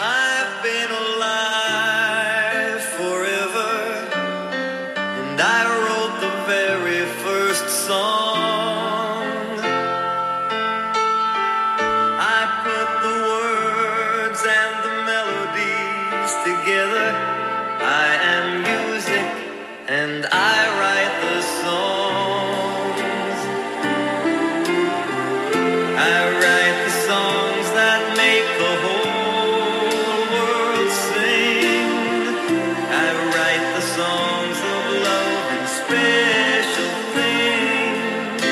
Speaker 4: I've been alive forever, and and I wrote the very first song. I put the words and the melodies together. I am music and I write the songs. I write the songs that make the whole world sing. I write the songs of love and special things.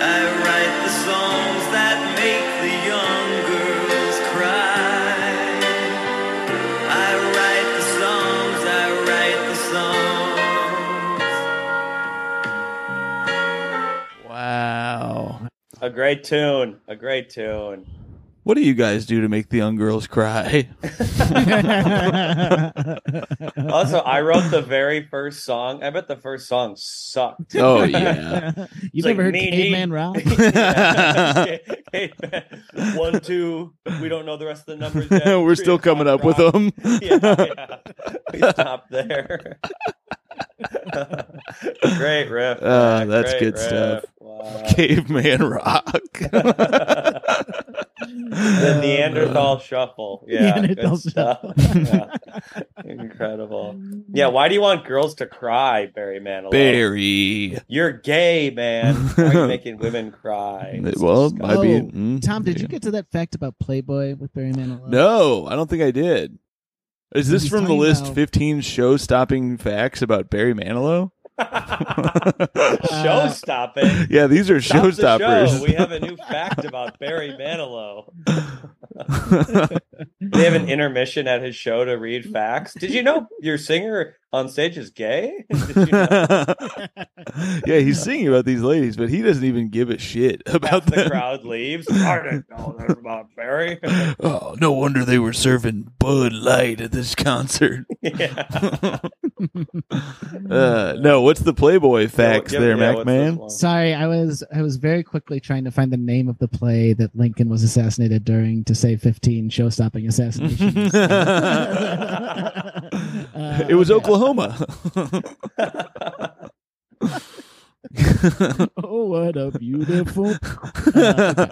Speaker 4: I write the songs that make the young girls cry. I write the songs, I write the songs.
Speaker 1: Wow.
Speaker 3: A great tune. A great tune.
Speaker 1: What do you guys do to make the young girls cry?
Speaker 3: Also, I wrote the very first song. I bet the first song sucked.
Speaker 1: oh yeah.
Speaker 2: You've
Speaker 3: It's like
Speaker 2: never heard
Speaker 3: me, me.
Speaker 2: Caveman Ralph?
Speaker 3: Okay, okay, man. One, two. We don't know the rest of the numbers. Yet.
Speaker 1: We're still
Speaker 3: Three,
Speaker 1: coming up with
Speaker 3: rock.
Speaker 1: them.
Speaker 3: yeah, yeah. We stopped there. great riff.
Speaker 1: Ah,
Speaker 3: Mac,
Speaker 1: that's
Speaker 3: great
Speaker 1: good stuff.
Speaker 3: riff. Wow.
Speaker 1: Caveman Rock.
Speaker 3: The Neanderthal shuffle. Yeah. good
Speaker 2: Neanderthal
Speaker 3: stuff. Yeah. Incredible. Yeah. Why do you want girls to cry, Barry Manilow?
Speaker 1: Barry.
Speaker 3: You're gay, man. Why are you making women cry? It's
Speaker 1: Well,
Speaker 3: disgusting.
Speaker 1: might be.
Speaker 2: Oh,
Speaker 1: mm,
Speaker 2: Tom, did
Speaker 1: yeah.
Speaker 2: you get to that fact about Playboy with Barry Manilow?
Speaker 1: No, I don't think I did. Is this
Speaker 2: He's
Speaker 1: from the
Speaker 2: talking
Speaker 1: list
Speaker 2: about-
Speaker 1: 15 show stopping facts about Barry Manilow?
Speaker 3: show stopping.
Speaker 1: Yeah, these are
Speaker 3: Stop the
Speaker 1: showstoppers.
Speaker 3: show. We have a new fact about Barry Manilow. They have an intermission at his show to read facts. Did you know your singer on stage is gay? Did you know?
Speaker 1: yeah, he's singing about these ladies, but he doesn't even give a shit about
Speaker 3: Half the
Speaker 1: them.
Speaker 3: crowd leaves. I didn't know that about Barry.
Speaker 1: Oh, no wonder they were serving Bud Light at this concert.
Speaker 3: yeah.
Speaker 1: Uh, no, what's the Playboy facts
Speaker 3: Yeah,
Speaker 1: there,
Speaker 3: yeah,
Speaker 1: Mac
Speaker 3: what's
Speaker 1: Man?
Speaker 3: this
Speaker 2: Sorry, I was I was very quickly trying to find the name of the play that Lincoln was assassinated during to say 15 show-stopping assassinations. Uh,
Speaker 1: it was
Speaker 2: okay.
Speaker 1: Oklahoma.
Speaker 2: Oh, what a beautiful. Uh,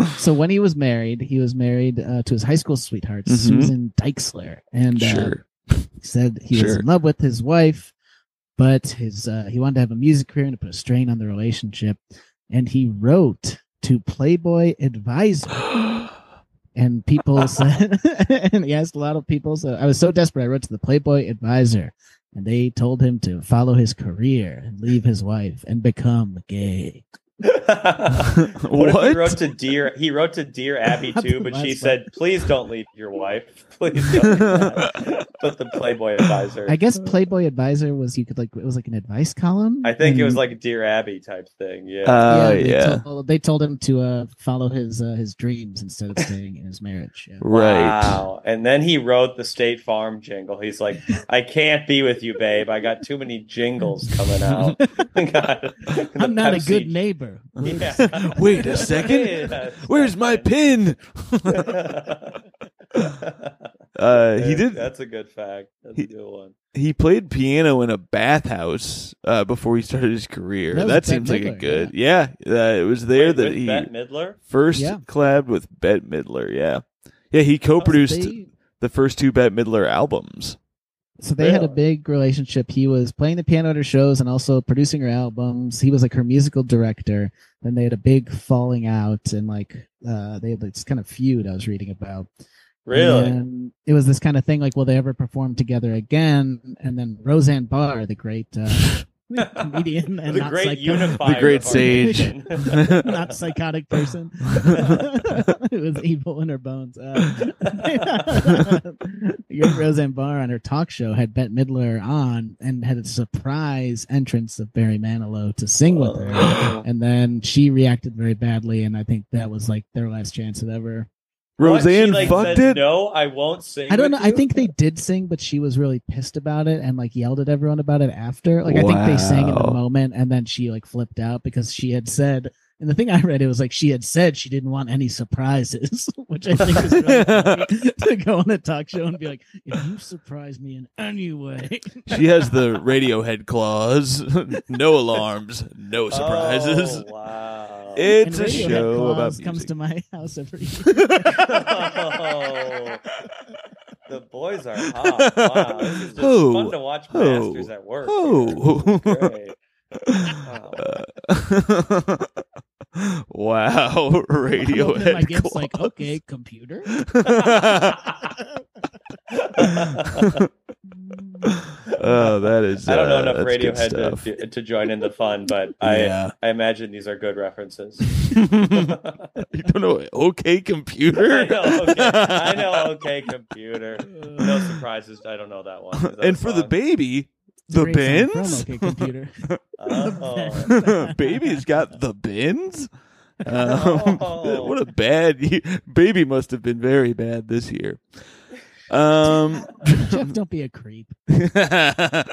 Speaker 2: okay. So when he was married, he was married uh, to his high school sweetheart
Speaker 1: Mhm.
Speaker 2: Susan Dykesler, and uh,
Speaker 1: sure.
Speaker 2: He said he was
Speaker 1: Sure.
Speaker 2: in love with his wife, but his uh, he wanted to have a music career and to put a strain on the relationship. And he wrote to Playboy Advisor, and people said, and he asked a lot of people. So I was so desperate, I wrote to the Playboy Advisor, and they told him to follow his career and leave his wife and become gay.
Speaker 3: one? What,
Speaker 1: what?
Speaker 3: if he wrote to dear? He wrote to dear Abby too, but she
Speaker 2: Last
Speaker 3: said, "Please don't leave your wife. Please don't." do that." but the Playboy advisor.
Speaker 2: I guess Playboy Advisor was you could like it was like an advice column.
Speaker 3: I think it was
Speaker 1: Hmm.
Speaker 2: and-
Speaker 3: like Dear Abby type thing. Yeah.
Speaker 1: Oh,
Speaker 2: they
Speaker 1: yeah.
Speaker 2: Told, they told him to uh, follow his uh, his dreams instead of staying in his marriage. Yeah.
Speaker 1: Right.
Speaker 3: Wow. And then he wrote the State Farm jingle. He's like, I can't be with you, babe. I got too many jingles coming out. God.
Speaker 2: I'm not a
Speaker 3: Pepsi-
Speaker 2: good neighbor.
Speaker 3: Yeah.
Speaker 1: Wait a second.
Speaker 3: Yeah.
Speaker 1: Where's my pin? Uh, he did.
Speaker 3: That's a good fact. That's
Speaker 1: He-
Speaker 3: a good one.
Speaker 1: He played piano in a bathhouse uh, before he started his career.
Speaker 2: That
Speaker 1: That,
Speaker 2: was Bette
Speaker 1: seems like a
Speaker 2: Midler,
Speaker 1: good. Yeah, uh, it was there
Speaker 3: Wait,
Speaker 1: that
Speaker 3: with
Speaker 1: he
Speaker 3: Bette Midler.
Speaker 1: first
Speaker 2: Yeah.
Speaker 1: collabed with Bette Midler. Yeah, yeah. He co-produced
Speaker 2: They-
Speaker 1: the first two Bette Midler albums.
Speaker 2: so they had a big relationship. He was playing the piano at her shows and also producing her albums. He was like her musical director. Then they had a big falling out and like uh, they had this kind of feud I was reading about.
Speaker 3: Really?
Speaker 2: And it was this kind of thing like, will they ever perform together again? And then Roseanne Barr, the great uh, comedian and
Speaker 3: the
Speaker 2: not
Speaker 3: great
Speaker 2: psycho-
Speaker 3: unifier.
Speaker 1: The great
Speaker 3: of our
Speaker 1: sage.
Speaker 3: nation.
Speaker 2: not psychotic person who was evil in her bones. Uh, your Roseanne Barr on her talk show had Bette Midler on and had a surprise entrance of Barry Manilow to sing with her. And then she reacted very badly, and I think that was like their last chance of ever.
Speaker 3: What, she,
Speaker 1: Roseanne
Speaker 3: like,
Speaker 1: fucked
Speaker 3: said,
Speaker 1: it.
Speaker 3: No, I won't sing.
Speaker 2: I don't know.
Speaker 3: with
Speaker 2: I
Speaker 3: you?"
Speaker 2: think they did sing, but she was really pissed about it and like yelled at everyone about it after. Like I think they sang in the
Speaker 1: Wow.
Speaker 2: moment, and then she like flipped out because she had said And the thing I read, it was like she had said she didn't want any surprises, which I think is really funny to go on a talk show and be like, if you surprise me in any way,
Speaker 1: She has the Radiohead claws. no alarms, no surprises.
Speaker 3: Oh, wow.
Speaker 2: and
Speaker 1: It's a
Speaker 2: Radiohead
Speaker 1: show about
Speaker 2: Claus
Speaker 1: music.
Speaker 2: comes to my house every year.
Speaker 3: Oh, the boys are hot. Wow. This is just
Speaker 1: Ho,
Speaker 3: fun to watch
Speaker 1: ho,
Speaker 3: masters at work.
Speaker 1: Oh.
Speaker 3: Great.
Speaker 1: Uh, wow,
Speaker 2: Open my
Speaker 1: Radiohead
Speaker 2: gifts
Speaker 1: claws.
Speaker 2: like, okay, computer.
Speaker 1: oh, that is.
Speaker 3: I don't know
Speaker 1: uh,
Speaker 3: enough
Speaker 1: that's good
Speaker 3: Radiohead
Speaker 1: stuff.
Speaker 3: to, to join in the fun, but
Speaker 1: Yeah.
Speaker 3: I I imagine these are good references.
Speaker 1: you don't know. Okay, computer.
Speaker 3: I know, okay. I know, okay, computer. No surprises. I don't know that one. Is that
Speaker 1: and
Speaker 3: a
Speaker 1: for the
Speaker 3: song?
Speaker 1: baby,
Speaker 2: It's a
Speaker 1: the
Speaker 2: great song from
Speaker 1: bins.
Speaker 2: okay, computer.
Speaker 3: Oh.
Speaker 1: Baby's got the bins. Um,
Speaker 3: Oh.
Speaker 1: What a bad year. baby must have been very bad this year. Um,
Speaker 2: Jeff, don't be a creep.
Speaker 1: uh,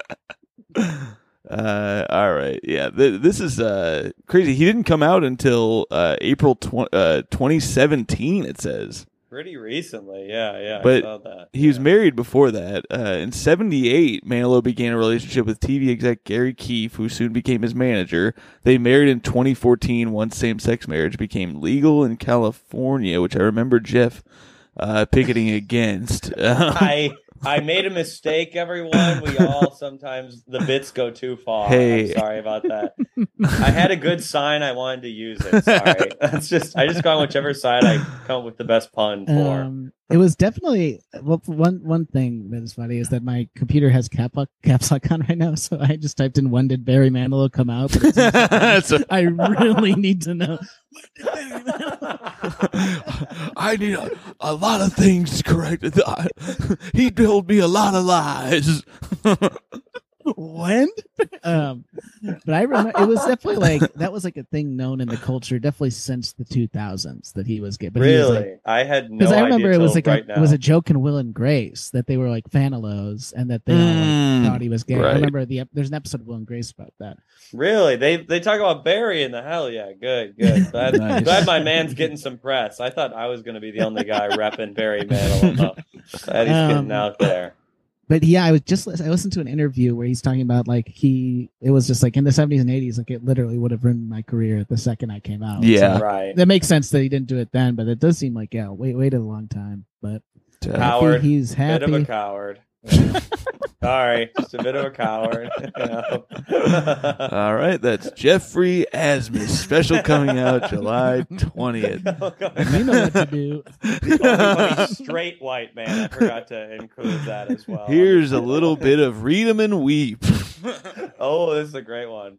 Speaker 1: all right, yeah, th- this is uh, crazy. He didn't come out until uh, April tw- uh, 2017. It says
Speaker 3: Pretty recently, yeah, yeah. I
Speaker 1: But
Speaker 3: saw that.
Speaker 1: he was married before that. Uh, in '78, Manilow began a relationship with TV exec Gary Keefe, who soon became his manager. They married in 2014 once same-sex marriage became legal in California, which I remember Jeff uh, picketing against.
Speaker 3: I I made a mistake, everyone. We all sometimes the bits go too far.
Speaker 1: Hey.
Speaker 3: I'm sorry about that. I had a good sign. I wanted to use it. Sorry. That's just I just go on whichever side I come up with the best pun for.
Speaker 2: Um, it was definitely well, one one thing that is funny is that my computer has cap caps lock on right now, so I just typed in when did Barry Manilow come out. but it's-
Speaker 1: So-
Speaker 2: I really need to know.
Speaker 1: I need a, a lot of things corrected. I- he told me a lot of lies.
Speaker 2: when um but i remember it was definitely like that was like a thing known in the culture definitely since the 2000s that he was gay but he was,
Speaker 3: really?
Speaker 2: like
Speaker 3: I had no
Speaker 2: because
Speaker 3: idea.
Speaker 2: i remember it was
Speaker 3: till
Speaker 2: like
Speaker 3: right
Speaker 2: a,
Speaker 3: now.
Speaker 2: it was a joke in will and grace that they were like fanalos and that they all
Speaker 1: Mm,
Speaker 2: like, thought he was gay
Speaker 1: right.
Speaker 2: i remember the ep- there's an episode of will and grace about that
Speaker 3: Really? They they talk about Barry in the hell yeah. Good, good. Glad,
Speaker 1: Nice.
Speaker 3: glad my man's getting some press. I thought I was gonna be the only guy repping Barry Manilow. though. Glad he's
Speaker 2: Um,
Speaker 3: getting out there.
Speaker 2: but yeah, I was just lis- I listened to an interview where he's talking about like he it was just like in the seventies and eighties like it literally would have ruined my career the second I came out.
Speaker 1: Yeah.
Speaker 3: Right.
Speaker 2: So that makes sense that he didn't do it then, but it does seem like yeah, wait waited a long time. But I think
Speaker 3: Howard,
Speaker 2: he's happy.
Speaker 3: Bit of a coward. Yeah. Sorry, just a bit of a coward. you know.
Speaker 1: All right, that's Jeffrey Asmus special coming out July twentieth.
Speaker 2: you know what to do.
Speaker 3: Only straight white man. I forgot to include that as well.
Speaker 1: Here's a little bit of read 'em and weep.
Speaker 3: Oh, this is a great one.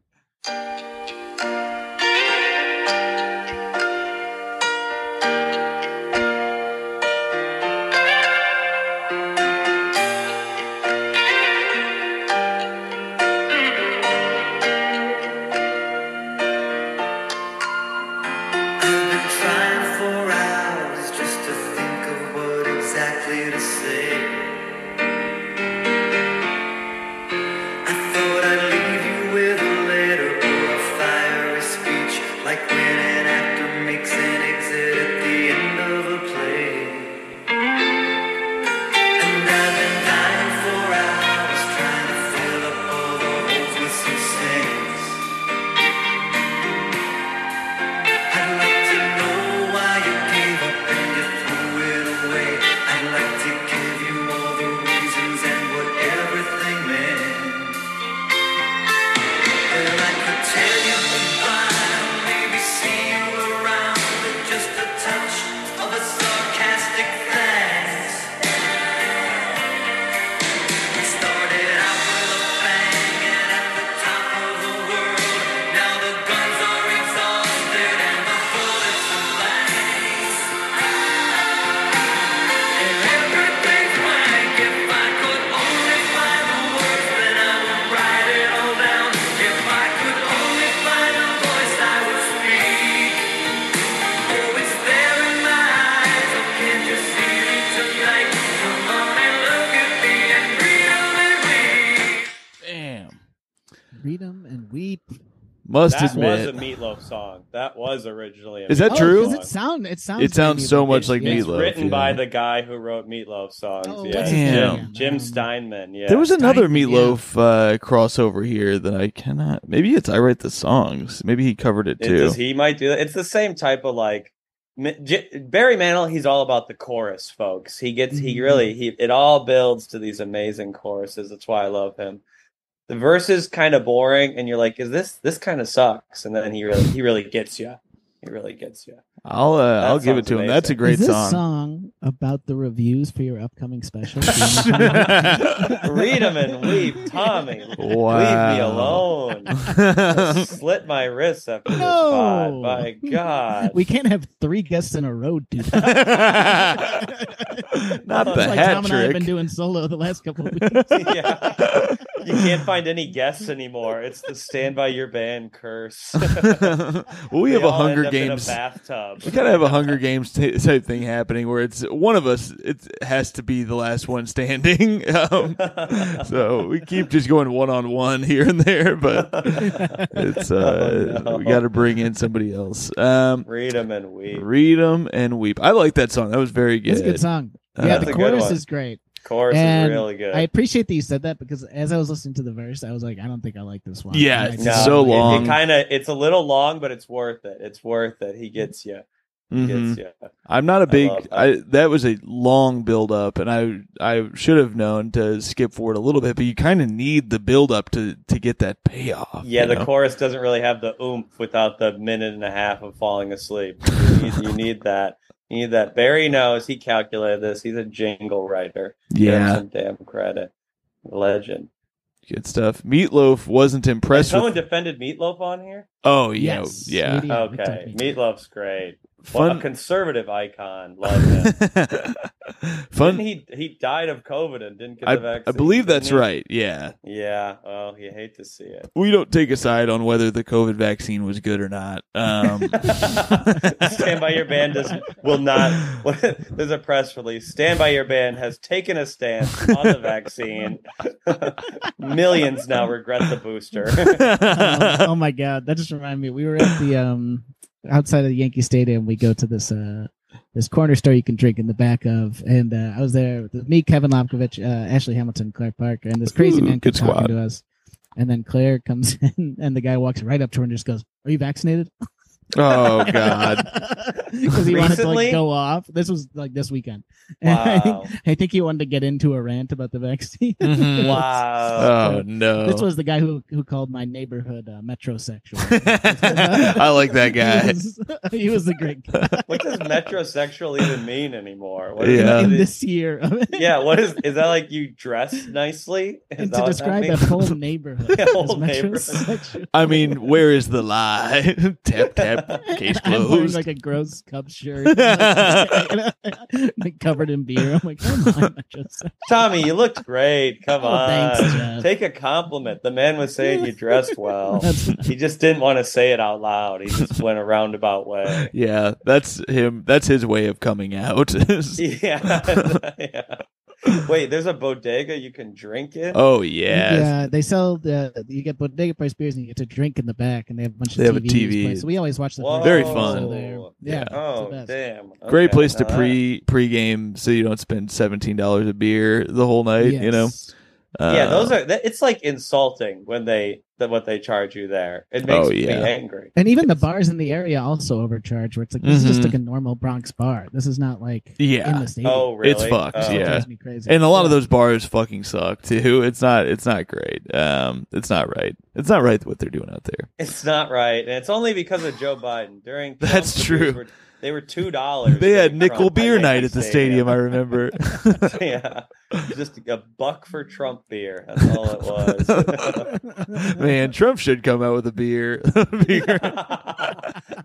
Speaker 4: I've been trying for hours just to think of what exactly to say. I thought I'd leave you with a letter or a fiery speech, like when an actor makes an exit at the end of a play. And I've been dying for hours trying to fill up all the holes with some sense. I'd like to know why you gave up and you threw it away. I'd like to give you all the reasons and what everything meant. Well, I could tell you goodbye, maybe see you around with just a touch of a sarcastic glance. It started out with a bang and at the top of the world. Now the guns are exhausted and the bullets are blanks. And everything's blank. If I could only find the words, then I would write it all down. If I could only find a voice, I would speak. Oh, it's there in my eyes. Oh, can't you see me tonight? Come on and look at me and read on and read.
Speaker 1: Damn.
Speaker 2: Read them and weep.
Speaker 1: Must
Speaker 3: That was a
Speaker 1: admit,
Speaker 3: meatloaf song. That was originally. A
Speaker 1: Is that
Speaker 3: Meatloaf
Speaker 2: Oh,
Speaker 1: true?
Speaker 2: does
Speaker 3: song.
Speaker 2: it sound? It sounds.
Speaker 1: it sounds
Speaker 2: like
Speaker 1: so
Speaker 2: Meatloaf.
Speaker 1: much
Speaker 3: It's-
Speaker 1: like
Speaker 3: it's
Speaker 1: Meatloaf.
Speaker 3: written
Speaker 1: yeah.
Speaker 3: by the guy who wrote Meatloaf songs.
Speaker 2: Oh,
Speaker 3: yeah.
Speaker 2: what's his
Speaker 1: Damn.
Speaker 2: name?
Speaker 3: Jim
Speaker 2: Um,
Speaker 3: Steinman. Yeah.
Speaker 1: there was another
Speaker 2: Steinman, yeah.
Speaker 1: Meatloaf uh, crossover here that I cannot. Maybe it's I write the songs. Maybe he covered it
Speaker 3: It-
Speaker 1: too.
Speaker 3: does he might do that. It's the same type of like M- J- Barry Manilow. He's all about the chorus, folks. He gets he
Speaker 2: Mhm.
Speaker 3: really he it all builds to these amazing choruses. That's why I love him. The verse is kind of boring, and you're like, "Is this this kind of sucks?" And then he really he really gets you. He really gets you.
Speaker 1: I'll uh, I'll give it
Speaker 3: sounds
Speaker 1: to him. That's a
Speaker 3: amazing.
Speaker 1: great
Speaker 2: Is this
Speaker 1: song.
Speaker 2: song. about the reviews for your upcoming special?
Speaker 3: Read them and weep, Tommy. Leave me
Speaker 1: Wow.
Speaker 3: alone. Slit my wrists after this pod.
Speaker 2: No,
Speaker 3: My God.
Speaker 2: we can't have three guests in a row do that.
Speaker 1: Not
Speaker 2: It's
Speaker 1: the
Speaker 2: like
Speaker 1: hat
Speaker 2: Tom and I have
Speaker 1: trick.
Speaker 2: been doing solo the last couple of weeks.
Speaker 3: yeah. You can't find any guests anymore. It's the stand by your band curse.
Speaker 1: well, we
Speaker 3: They
Speaker 1: have a
Speaker 3: all end
Speaker 1: Hunger
Speaker 3: up in
Speaker 1: Games.
Speaker 3: a bathtub.
Speaker 1: We kind of have a Hunger Games t- type thing happening where it's one of us. It has to be the last one standing. Um, so we keep just going one on one here and there, but it's uh,
Speaker 3: Oh, no.
Speaker 1: we got to bring in somebody else. Um,
Speaker 3: Read them and weep.
Speaker 1: read them and weep. I like that song. That was very good.
Speaker 2: It's a good song.
Speaker 1: Uh,
Speaker 2: yeah,
Speaker 3: That's
Speaker 2: the
Speaker 3: a good
Speaker 2: chorus
Speaker 3: one.
Speaker 2: is great.
Speaker 3: Chorus is
Speaker 2: And
Speaker 3: really good.
Speaker 2: I appreciate that you said that because as I was listening to the verse, I was like, I don't think I like this one.
Speaker 1: Yeah,
Speaker 2: And I
Speaker 1: it's
Speaker 2: just-
Speaker 1: so
Speaker 3: it- It,
Speaker 1: long.
Speaker 3: kind of it's a little long, but it's worth it. It's worth it. He gets you. He
Speaker 1: Mhm.
Speaker 3: gets you.
Speaker 1: I'm not a big.
Speaker 3: love that.
Speaker 1: I, that. was a long build up, and I I should have known to skip forward a little bit, but you kind of need the build up to to get that payoff.
Speaker 3: Yeah,
Speaker 1: you
Speaker 3: the
Speaker 1: know?
Speaker 3: chorus doesn't really have the oomph without the minute and a half of falling asleep. You need, you need that. You need that. Barry knows. He calculated this. He's a jingle writer. Give him
Speaker 1: yeah,
Speaker 3: some damn credit. Legend.
Speaker 1: good stuff. Meatloaf wasn't
Speaker 3: Has
Speaker 1: impressed
Speaker 3: someone
Speaker 1: with.
Speaker 3: defended Meatloaf on here?
Speaker 1: oh yeah,
Speaker 2: Yes,
Speaker 1: yeah.
Speaker 2: we did. we
Speaker 3: okay,
Speaker 2: talked Meatloaf.
Speaker 3: Meatloaf's great. Well, a
Speaker 1: Fun.
Speaker 3: conservative icon. Love him.
Speaker 1: Fun.
Speaker 3: Didn't he he died of COVID and didn't get the
Speaker 1: I, I
Speaker 3: vaccine.
Speaker 1: believe
Speaker 3: didn't
Speaker 1: that's
Speaker 3: he?
Speaker 1: right. Yeah,
Speaker 3: Yeah. Well, you hate to see it.
Speaker 1: we don't take a side on whether the COVID vaccine was good or not. Um,
Speaker 3: Stand by your band does will not. there's a press release. Stand by your band has taken a stance on the vaccine. Millions now regret the booster.
Speaker 2: oh, oh my god, that just reminded me. We were at the um outside of the Yankee Stadium. We go to this uh this corner store you can drink in the back of, and uh, I was there with me, Kevin Lopkovich, uh, Ashley Hamilton, Clark Parker, and this crazy
Speaker 1: Ooh,
Speaker 2: man
Speaker 1: good
Speaker 2: kept talking
Speaker 1: squad.
Speaker 2: to us. And then Claire comes in, and the guy walks right up to her and just goes, "Are you vaccinated?"
Speaker 1: oh God.
Speaker 2: Because he wanted to
Speaker 3: Recently?
Speaker 2: like go off. This was like this weekend. And I, think,
Speaker 3: Wow.
Speaker 2: I think he wanted to get into a rant about the vaccine.
Speaker 1: Mhm.
Speaker 3: Wow.
Speaker 1: Oh no.
Speaker 2: This was the guy who who called my neighborhood uh, metrosexual.
Speaker 1: I like that
Speaker 2: He
Speaker 1: guy.
Speaker 2: was, he was a great guy
Speaker 3: What does metrosexual even mean anymore? What
Speaker 1: Yeah.
Speaker 3: what
Speaker 2: in this year.
Speaker 3: yeah. What is is that like? You dress nicely? Is
Speaker 2: and
Speaker 3: that
Speaker 2: to
Speaker 3: what
Speaker 2: describe a
Speaker 3: means?
Speaker 2: whole neighborhood
Speaker 3: Yeah,
Speaker 2: as
Speaker 3: whole neighborhood.
Speaker 2: metrosexual.
Speaker 1: I mean, where is the lie? tap tap. Case
Speaker 2: I'm wearing
Speaker 1: closed.
Speaker 2: like a gross cup shirt, and, like, covered in beer. I'm like, come on, metrosexual.
Speaker 3: Tommy, you looked great. Come
Speaker 2: Oh,
Speaker 3: on.
Speaker 2: thanks, Jeff.
Speaker 3: Take a compliment. The man was saying you dressed well.
Speaker 2: That's-
Speaker 3: he just didn't want to say it out loud. He just went a roundabout way.
Speaker 1: Yeah, that's him. That's his way of coming out.
Speaker 3: Yeah. Yeah. Wait, there's a bodega you can drink in?
Speaker 1: oh yeah.
Speaker 2: Yeah, they sell the you get bodega price beers and you get to drink in the back, and they have a bunch of
Speaker 1: They have a
Speaker 2: TVs
Speaker 1: TV.
Speaker 2: placed. We always watch the
Speaker 3: Whoa.
Speaker 2: first
Speaker 1: Very
Speaker 2: one,
Speaker 1: fun.
Speaker 2: so they're-
Speaker 1: Yeah.
Speaker 2: Yeah,
Speaker 3: Oh,
Speaker 2: it's the best.
Speaker 3: damn.
Speaker 1: Great
Speaker 3: Okay,
Speaker 1: place to
Speaker 3: now that-
Speaker 1: pre pregame so you don't spend seventeen dollars a beer the whole night. You know.
Speaker 2: Yes.
Speaker 1: Uh,
Speaker 3: yeah, those are. that- It's like insulting when they that what they charge you there. It makes
Speaker 1: Oh,
Speaker 3: me
Speaker 1: yeah.
Speaker 3: angry.
Speaker 2: And even the bars in the area also overcharge. Where it's like this is just
Speaker 1: Mhm.
Speaker 2: like a normal Bronx bar. This is not like in
Speaker 1: Yeah.
Speaker 2: the stadium.
Speaker 3: Oh, really?
Speaker 1: It's fucked,
Speaker 3: Oh.
Speaker 2: It
Speaker 1: yeah.
Speaker 2: drives me crazy.
Speaker 1: And a lot of those bars fucking suck too. It's not. It's not great. Um. It's not right. It's not right what they're doing out there.
Speaker 3: It's not right, and it's only because of Joe Biden. During Trump,
Speaker 1: That's
Speaker 3: the
Speaker 1: true.
Speaker 3: beers Were, they were two dollars.
Speaker 1: They had nickel beer night at the stadium. I remember.
Speaker 3: yeah, just a buck for Trump beer. That's all it was.
Speaker 1: Man, Trump should come out with a beer. beer.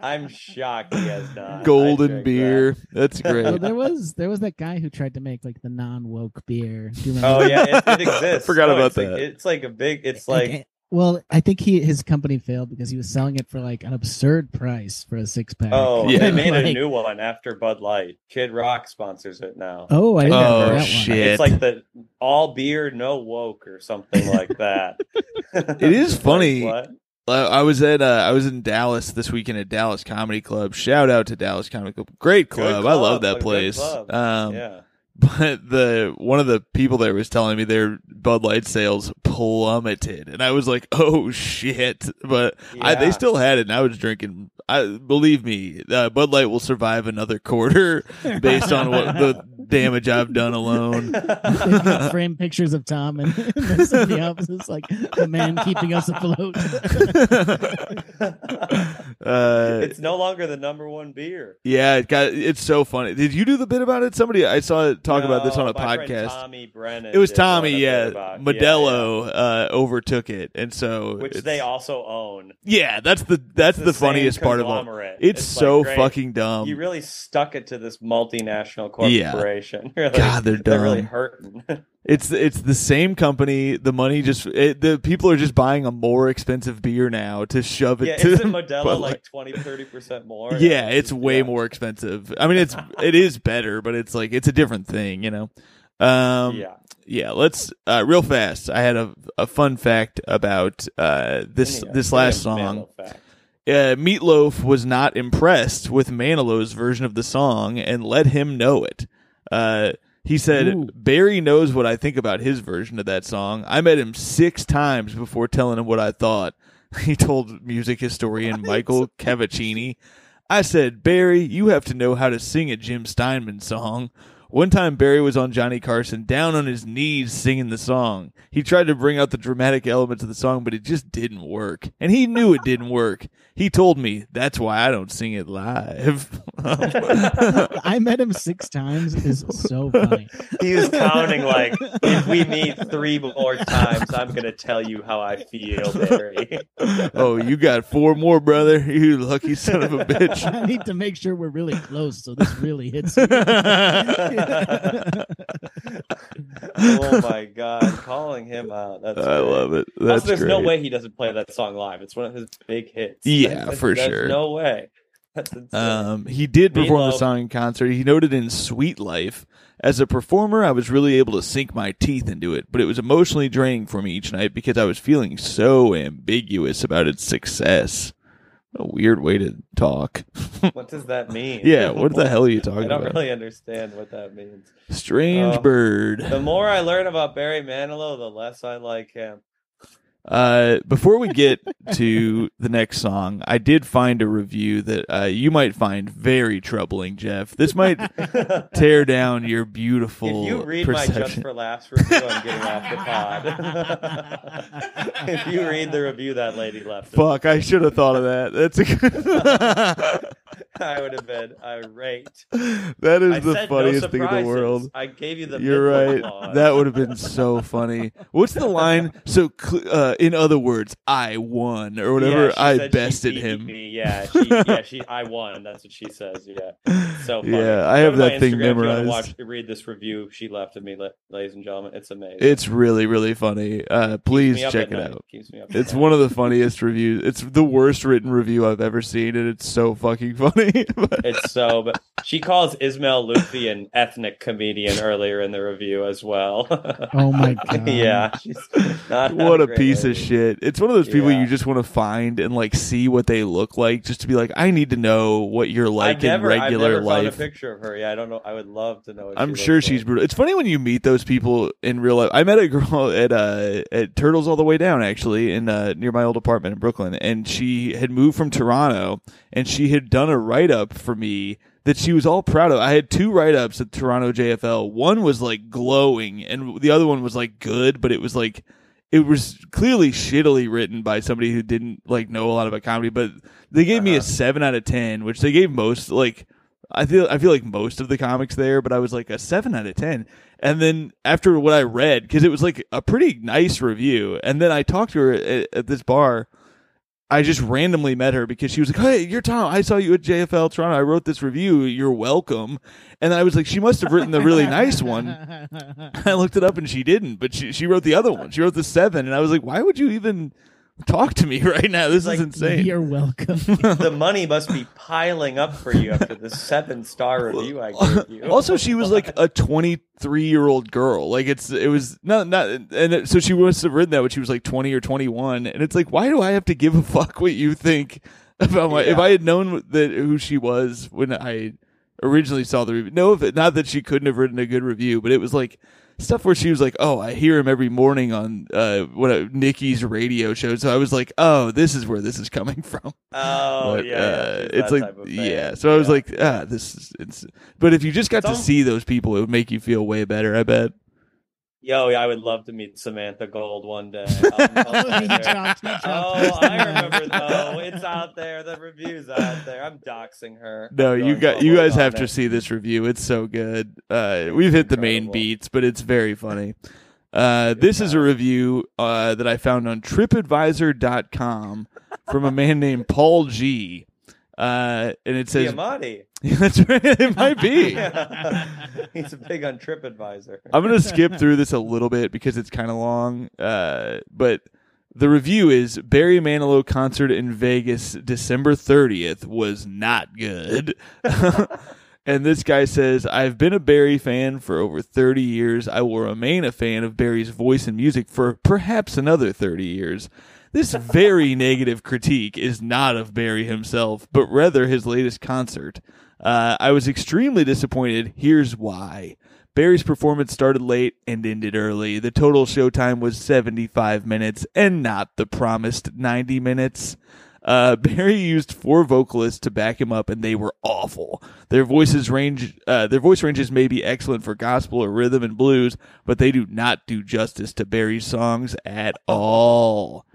Speaker 3: I'm shocked he has not. I
Speaker 1: Golden
Speaker 3: drink
Speaker 1: beer. That's
Speaker 2: Well,
Speaker 1: great.
Speaker 2: there was there was that guy who tried to make like the non woke beer. Do you
Speaker 3: that.
Speaker 2: remember?
Speaker 3: Oh
Speaker 2: that?
Speaker 3: yeah, it, it exists.
Speaker 1: Forgot
Speaker 3: Oh,
Speaker 1: about
Speaker 3: it's like-
Speaker 1: that.
Speaker 3: it's like a big. It's
Speaker 2: Like,
Speaker 3: like
Speaker 2: well, I think he his company failed because he was selling it for like an absurd price for a six pack.
Speaker 3: oh,
Speaker 1: Yeah.
Speaker 3: they made a
Speaker 2: Like-
Speaker 3: new one after Bud Light. Kid Rock sponsors it now.
Speaker 2: Oh, I didn't
Speaker 1: Oh,
Speaker 2: remember that
Speaker 1: shit.
Speaker 3: It's like the all beer, no woke or something like that.
Speaker 1: It is
Speaker 3: Like,
Speaker 1: funny.
Speaker 3: what?
Speaker 1: I I was at uh, I was in Dallas this weekend at Dallas Comedy Club. Shout out to Dallas Comedy Club, great club. I love
Speaker 3: club, a
Speaker 1: that
Speaker 3: good
Speaker 1: place.
Speaker 3: club.
Speaker 1: Um,
Speaker 3: yeah.
Speaker 1: But the one of the people there was telling me their Bud Light sales plummeted, and I was like, "Oh shit!" But I, they
Speaker 3: Yeah.
Speaker 1: still had it, and I was drinking. I believe me, uh, Bud Light will survive another quarter based on what the damage I've done alone.
Speaker 2: They've got frame pictures of Tom and, and somebody else is like the man keeping us afloat.
Speaker 1: Uh,
Speaker 3: it's no longer the number one beer.
Speaker 1: yeah, it got it's so funny. Did you do the bit about it? Somebody I saw talk about this
Speaker 3: No,
Speaker 1: on a
Speaker 3: my friend
Speaker 1: podcast.
Speaker 3: Tommy Brennan.
Speaker 1: It was
Speaker 3: did one
Speaker 1: Tommy,
Speaker 3: up
Speaker 1: yeah.
Speaker 3: there about- yeah,
Speaker 1: Modelo Uh, overtook it, and so
Speaker 3: yeah. which
Speaker 1: it's-
Speaker 3: they also own.
Speaker 1: Yeah, that's the that's
Speaker 3: It's
Speaker 1: the,
Speaker 3: the same
Speaker 1: funniest part of all.
Speaker 3: conglomerate.
Speaker 1: It's,
Speaker 3: It's like,
Speaker 1: so
Speaker 3: great.
Speaker 1: fucking dumb.
Speaker 3: you really stuck it to this multinational
Speaker 1: Yeah.
Speaker 3: corporation. Really,
Speaker 1: God, they're
Speaker 3: really
Speaker 1: dumb.
Speaker 3: hurting.
Speaker 1: It's it's the same company. The money just it, the people are just buying a more expensive beer now to shove it
Speaker 3: yeah,
Speaker 1: to.
Speaker 3: isn't
Speaker 1: Bud
Speaker 3: Modelo
Speaker 1: Light.
Speaker 3: like 20, 30 percent more?
Speaker 1: yeah, it's way
Speaker 3: yeah.
Speaker 1: more expensive. I mean, it's it is better, but it's like it's a different thing, you know. Um,
Speaker 3: yeah,
Speaker 1: yeah, Let's uh, real fast. I had a, a fun fact about uh, this
Speaker 3: Yeah,
Speaker 1: this
Speaker 3: pretty
Speaker 1: last
Speaker 3: amazing
Speaker 1: song.
Speaker 3: fact.
Speaker 1: uh, Meatloaf was not impressed with Manilow's version of the song and let him know it. Uh, he said,
Speaker 2: Ooh.
Speaker 1: Barry knows what I think about his version of that song. I met him six times before telling him what I thought. He told music historian Michael Cavaccini. I said, Barry, you have to know how to sing a Jim Steinman song. One time, Barry was on Johnny Carson, down on his knees singing the song. He tried to bring out the dramatic elements of the song, but it just didn't work. And he knew it didn't work. He told me, that's why I don't sing it live.
Speaker 2: I met him six times is so funny.
Speaker 3: He was counting like, if we meet three more times, I'm gonna tell you how I feel, Barry.
Speaker 1: oh, you got four more, brother. You lucky son of a bitch.
Speaker 2: I need to make sure we're really close so this really hits me.
Speaker 3: oh my god, calling him out. That's
Speaker 1: I love it. That's
Speaker 3: Also, there's
Speaker 1: great.
Speaker 3: no way he doesn't play that song live. It's one of his big hits.
Speaker 1: Yeah,
Speaker 3: That's-
Speaker 1: for
Speaker 3: there's
Speaker 1: sure.
Speaker 3: No way. That's insane.
Speaker 1: Um, he did perform the
Speaker 3: Meatloaf.
Speaker 1: song in concert. He noted in Sweet Life, as a performer, I was really able to sink my teeth into it, but it was emotionally draining for me each night because I was feeling so ambiguous about its success. A weird way to talk.
Speaker 3: what does that mean?
Speaker 1: Um, yeah, what the hell are you talking
Speaker 3: I don't
Speaker 1: about?
Speaker 3: really understand what that means.
Speaker 1: Strange
Speaker 3: Oh.
Speaker 1: bird.
Speaker 3: The more I learn about Barry Manilow, the less I like him.
Speaker 1: Uh, before we get to the next song, I did find a review that uh, you might find very troubling, Jeff. This might
Speaker 3: if
Speaker 1: tear down your beautiful
Speaker 3: you read my Just
Speaker 1: perception.
Speaker 3: for Laughs review, I'm getting off the pod. if you read the review that lady left, us,
Speaker 1: Fuck, I should have thought of that. That's a good.
Speaker 3: I would have been irate.
Speaker 1: that is
Speaker 3: I
Speaker 1: the
Speaker 3: said
Speaker 1: funniest
Speaker 3: no
Speaker 1: thing in the
Speaker 3: surprises.
Speaker 1: world.
Speaker 3: I gave you the.
Speaker 1: You're
Speaker 3: midpoint
Speaker 1: right.
Speaker 3: Applause.
Speaker 1: That would have been so funny. What's the line? So, cl- uh, in other words, I won or whatever.
Speaker 3: Yeah, she
Speaker 1: I
Speaker 3: said she
Speaker 1: bested
Speaker 3: beat
Speaker 1: him.
Speaker 3: me. Yeah, she, yeah, she. I won. That's what she says. Yeah, so funny.
Speaker 1: Yeah, I
Speaker 3: Go
Speaker 1: have
Speaker 3: to my
Speaker 1: that thing
Speaker 3: Instagram if you wanna
Speaker 1: memorized.
Speaker 3: Watch, read this review she left of me, la- ladies and gentlemen. It's amazing.
Speaker 1: It's really, really funny. Uh,
Speaker 3: Keeps
Speaker 1: please
Speaker 3: me up
Speaker 1: check
Speaker 3: at
Speaker 1: it
Speaker 3: night.
Speaker 1: out.
Speaker 3: Keeps me up. at
Speaker 1: It's
Speaker 3: night.
Speaker 1: one of the funniest reviews. It's the worst written review I've ever seen, and it's so fucking funny. But-
Speaker 3: It's so. But she calls Ismail Luthi an ethnic comedian earlier in the review as well.
Speaker 2: Oh my god.
Speaker 3: yeah, she's not. not
Speaker 1: Um, what a
Speaker 3: great
Speaker 1: piece of
Speaker 3: lady.
Speaker 1: shit. It's one of those people
Speaker 3: Yeah.
Speaker 1: you just want to find and like see what they look like just to be like, I need to know what you're like
Speaker 3: I never,
Speaker 1: in
Speaker 3: I've
Speaker 1: regular
Speaker 3: never Found a
Speaker 1: life.
Speaker 3: picture of her. Yeah, I don't know. I would love to know. What
Speaker 1: I'm
Speaker 3: she
Speaker 1: sure
Speaker 3: looks
Speaker 1: she's
Speaker 3: like.
Speaker 1: brutal. It's funny when you meet those people in real life. I met a girl at uh, at Turtles All the Way Down actually in uh, near my old apartment in Brooklyn, and she had moved from Toronto, and she had done a write up for me that she was all proud of. I had two write ups at Toronto JFL. One was like glowing, and the other one was like good, but it was like it was clearly shittily written by somebody who didn't like know a lot about comedy. But they gave me a seven out of ten, which they gave most like I feel I feel like most of the comics there, but I was like a seven out of ten. And then after what I read, because it was like a pretty nice review, and then I talked to her at, at this bar. I just randomly met her because she was like, "Hey, you're Tom. I saw you at JFL Toronto. I wrote this review. You're welcome." And I was like, "She must have written the really nice one." I looked it up and she didn't, but she she wrote the other one. She wrote the seven, and I was like, why would you even talk to me right now. This
Speaker 3: Like,
Speaker 1: is insane.
Speaker 2: You're welcome.
Speaker 3: the money must be piling up for you after the seven star review I gave you.
Speaker 1: also, she was like a 23 year old girl. Like it's it was not not and it- so she must have written that when she was like 20 or 21. And it's like, why do I have to give a fuck what you think about my? If
Speaker 3: Yeah.
Speaker 1: I had known that who she was when I originally saw the review, no, if it, not that she couldn't have written a good review, but it was like. Stuff where she was like, "Oh, I hear him every morning on uh, what uh, Nikki's radio show." So I was like, "Oh, this is where this is coming from."
Speaker 3: oh
Speaker 1: But,
Speaker 3: yeah,
Speaker 1: uh,
Speaker 3: yeah, she's
Speaker 1: it's
Speaker 3: that
Speaker 1: like
Speaker 3: type of fan.
Speaker 1: yeah. So I was
Speaker 3: Yeah.
Speaker 1: like, ah, this is. It's, but if you just got
Speaker 3: Some-
Speaker 1: to see those people, it would make you feel way better. I bet.
Speaker 3: yo, I would love to meet Samantha Gold one day.
Speaker 2: oh,
Speaker 3: I'm-
Speaker 2: he
Speaker 3: I'm
Speaker 2: dropped, he dropped.
Speaker 3: Oh, I remember though. It's out there. The review's out there. I'm doxing her.
Speaker 1: No,
Speaker 3: I'm
Speaker 1: you
Speaker 3: going
Speaker 1: got
Speaker 3: all
Speaker 1: you
Speaker 3: the way
Speaker 1: guys
Speaker 3: on
Speaker 1: have
Speaker 3: there.
Speaker 1: to see this review. It's so good. Uh, we've hit the main
Speaker 3: Incredible.
Speaker 1: beats, but it's very funny. Uh, this is a review uh, that I found on TripAdvisor.com from a man named Paul G. Uh, and it says,
Speaker 3: Giamatti.
Speaker 1: "That's right. It might be."
Speaker 3: He's big on TripAdvisor.
Speaker 1: I'm going to skip through this a little bit because it's kind of long. Uh, but the review is Barry Manilow concert in Vegas December 30th was not good. and this guy says, I've been a Barry fan for over 30 years. I will remain a fan of Barry's voice and music for perhaps another 30 years. This very negative critique is not of Barry himself, but rather his latest concert. Uh, I was extremely disappointed. Here's why. Barry's performance started late and ended early. The total showtime was 75 minutes and not the promised 90 minutes. Uh, Barry used four vocalists to back him up, and they were awful. Their voices range, uh, their voice ranges may be excellent for gospel or rhythm and blues, but they do not do justice to Barry's songs at all.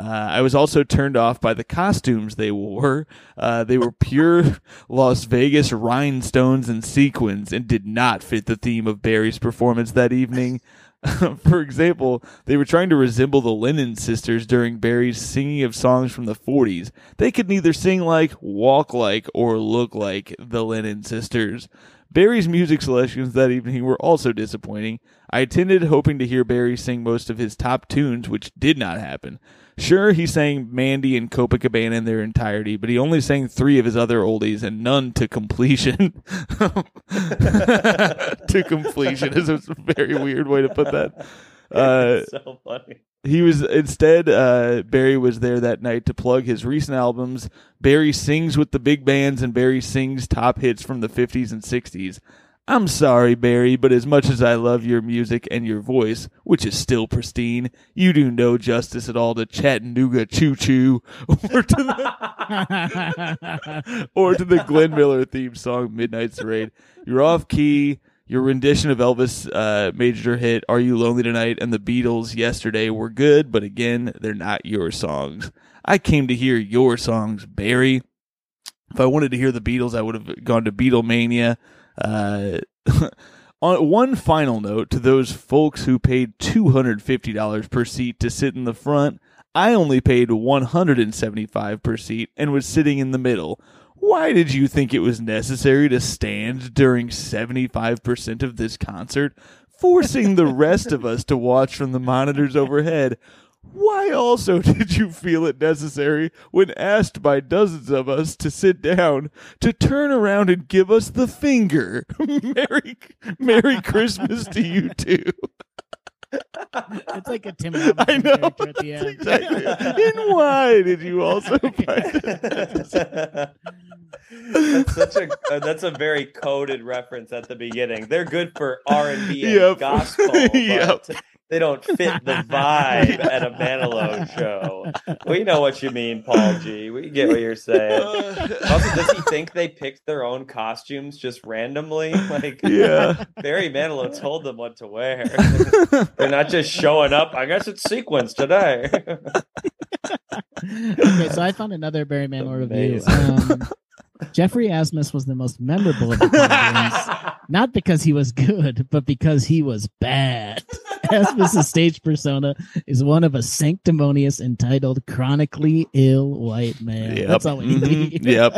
Speaker 1: Uh, I was also turned off by the costumes they wore. Uh, they were pure Las Vegas rhinestones and sequins and did not fit the theme of Barry's performance that evening. For example, they were trying to resemble the Lennon sisters during Barry's singing of songs from the 40s. They could neither sing like, walk like, or look like the Lennon sisters. Barry's music selections that evening were also disappointing. I attended hoping to hear Barry sing most of his top tunes, which did not happen. Sure, he sang Mandy and Copacabana in their entirety, but he only sang three of his other oldies and none to completion. to completion is a very weird way to put that. Uh,
Speaker 3: It's so funny.
Speaker 1: he was instead uh, Barry was there that night to plug his recent albums. Barry sings with the big bands and Barry sings top hits from the 50s and 60s. I'm sorry, Barry, but as much as I love your music and your voice, which is still pristine, you do no justice at all to Chattanooga Choo Choo or to the or to the Glenn Miller theme song "Midnight Parade." You're off key. Your rendition of Elvis' uh, major hit "Are You Lonely Tonight" and the Beatles' "Yesterday" were good, but again, they're not your songs. I came to hear your songs, Barry. If I wanted to hear the Beatles, I would have gone to Beatlemania. Uh, on Uh, one final note to those folks who paid two hundred fifty dollars per seat to sit in the front. I only paid 175 per seat and was sitting in the middle. Why did you think it was necessary to stand during 75% of this concert, forcing the rest of us to watch from the monitors overhead? Why also did you feel it necessary, when asked by dozens of us to sit down, to turn around and give us the finger? Merry, Merry Christmas to you too.
Speaker 2: it's like a Tim Robbins
Speaker 1: I know.
Speaker 2: character at the
Speaker 1: That's
Speaker 2: end.
Speaker 1: exactly. And why did you also find it
Speaker 3: that's such a uh, that's a very coded reference at the beginning. They're good for R and B
Speaker 1: Yep.
Speaker 3: and gospel, but
Speaker 1: Yep.
Speaker 3: they don't fit the vibe at a Manilow show. We know what you mean, Paul G. We get what you're saying. Also, does he think they picked their own costumes just randomly? Like,
Speaker 1: yeah.
Speaker 3: Barry Manilow told them what to wear. They're not just showing up. I guess it's sequence today.
Speaker 2: okay, so I found another Barry Manilow review.
Speaker 3: Amazing.
Speaker 2: Um, Jeffrey Asmus was the most memorable of the comedians, not because he was good, but because he was bad. Asmus's stage persona is one of a sanctimonious, entitled, chronically ill white man.
Speaker 1: Yep.
Speaker 2: That's all we
Speaker 1: Mhm.
Speaker 2: need.
Speaker 1: yep.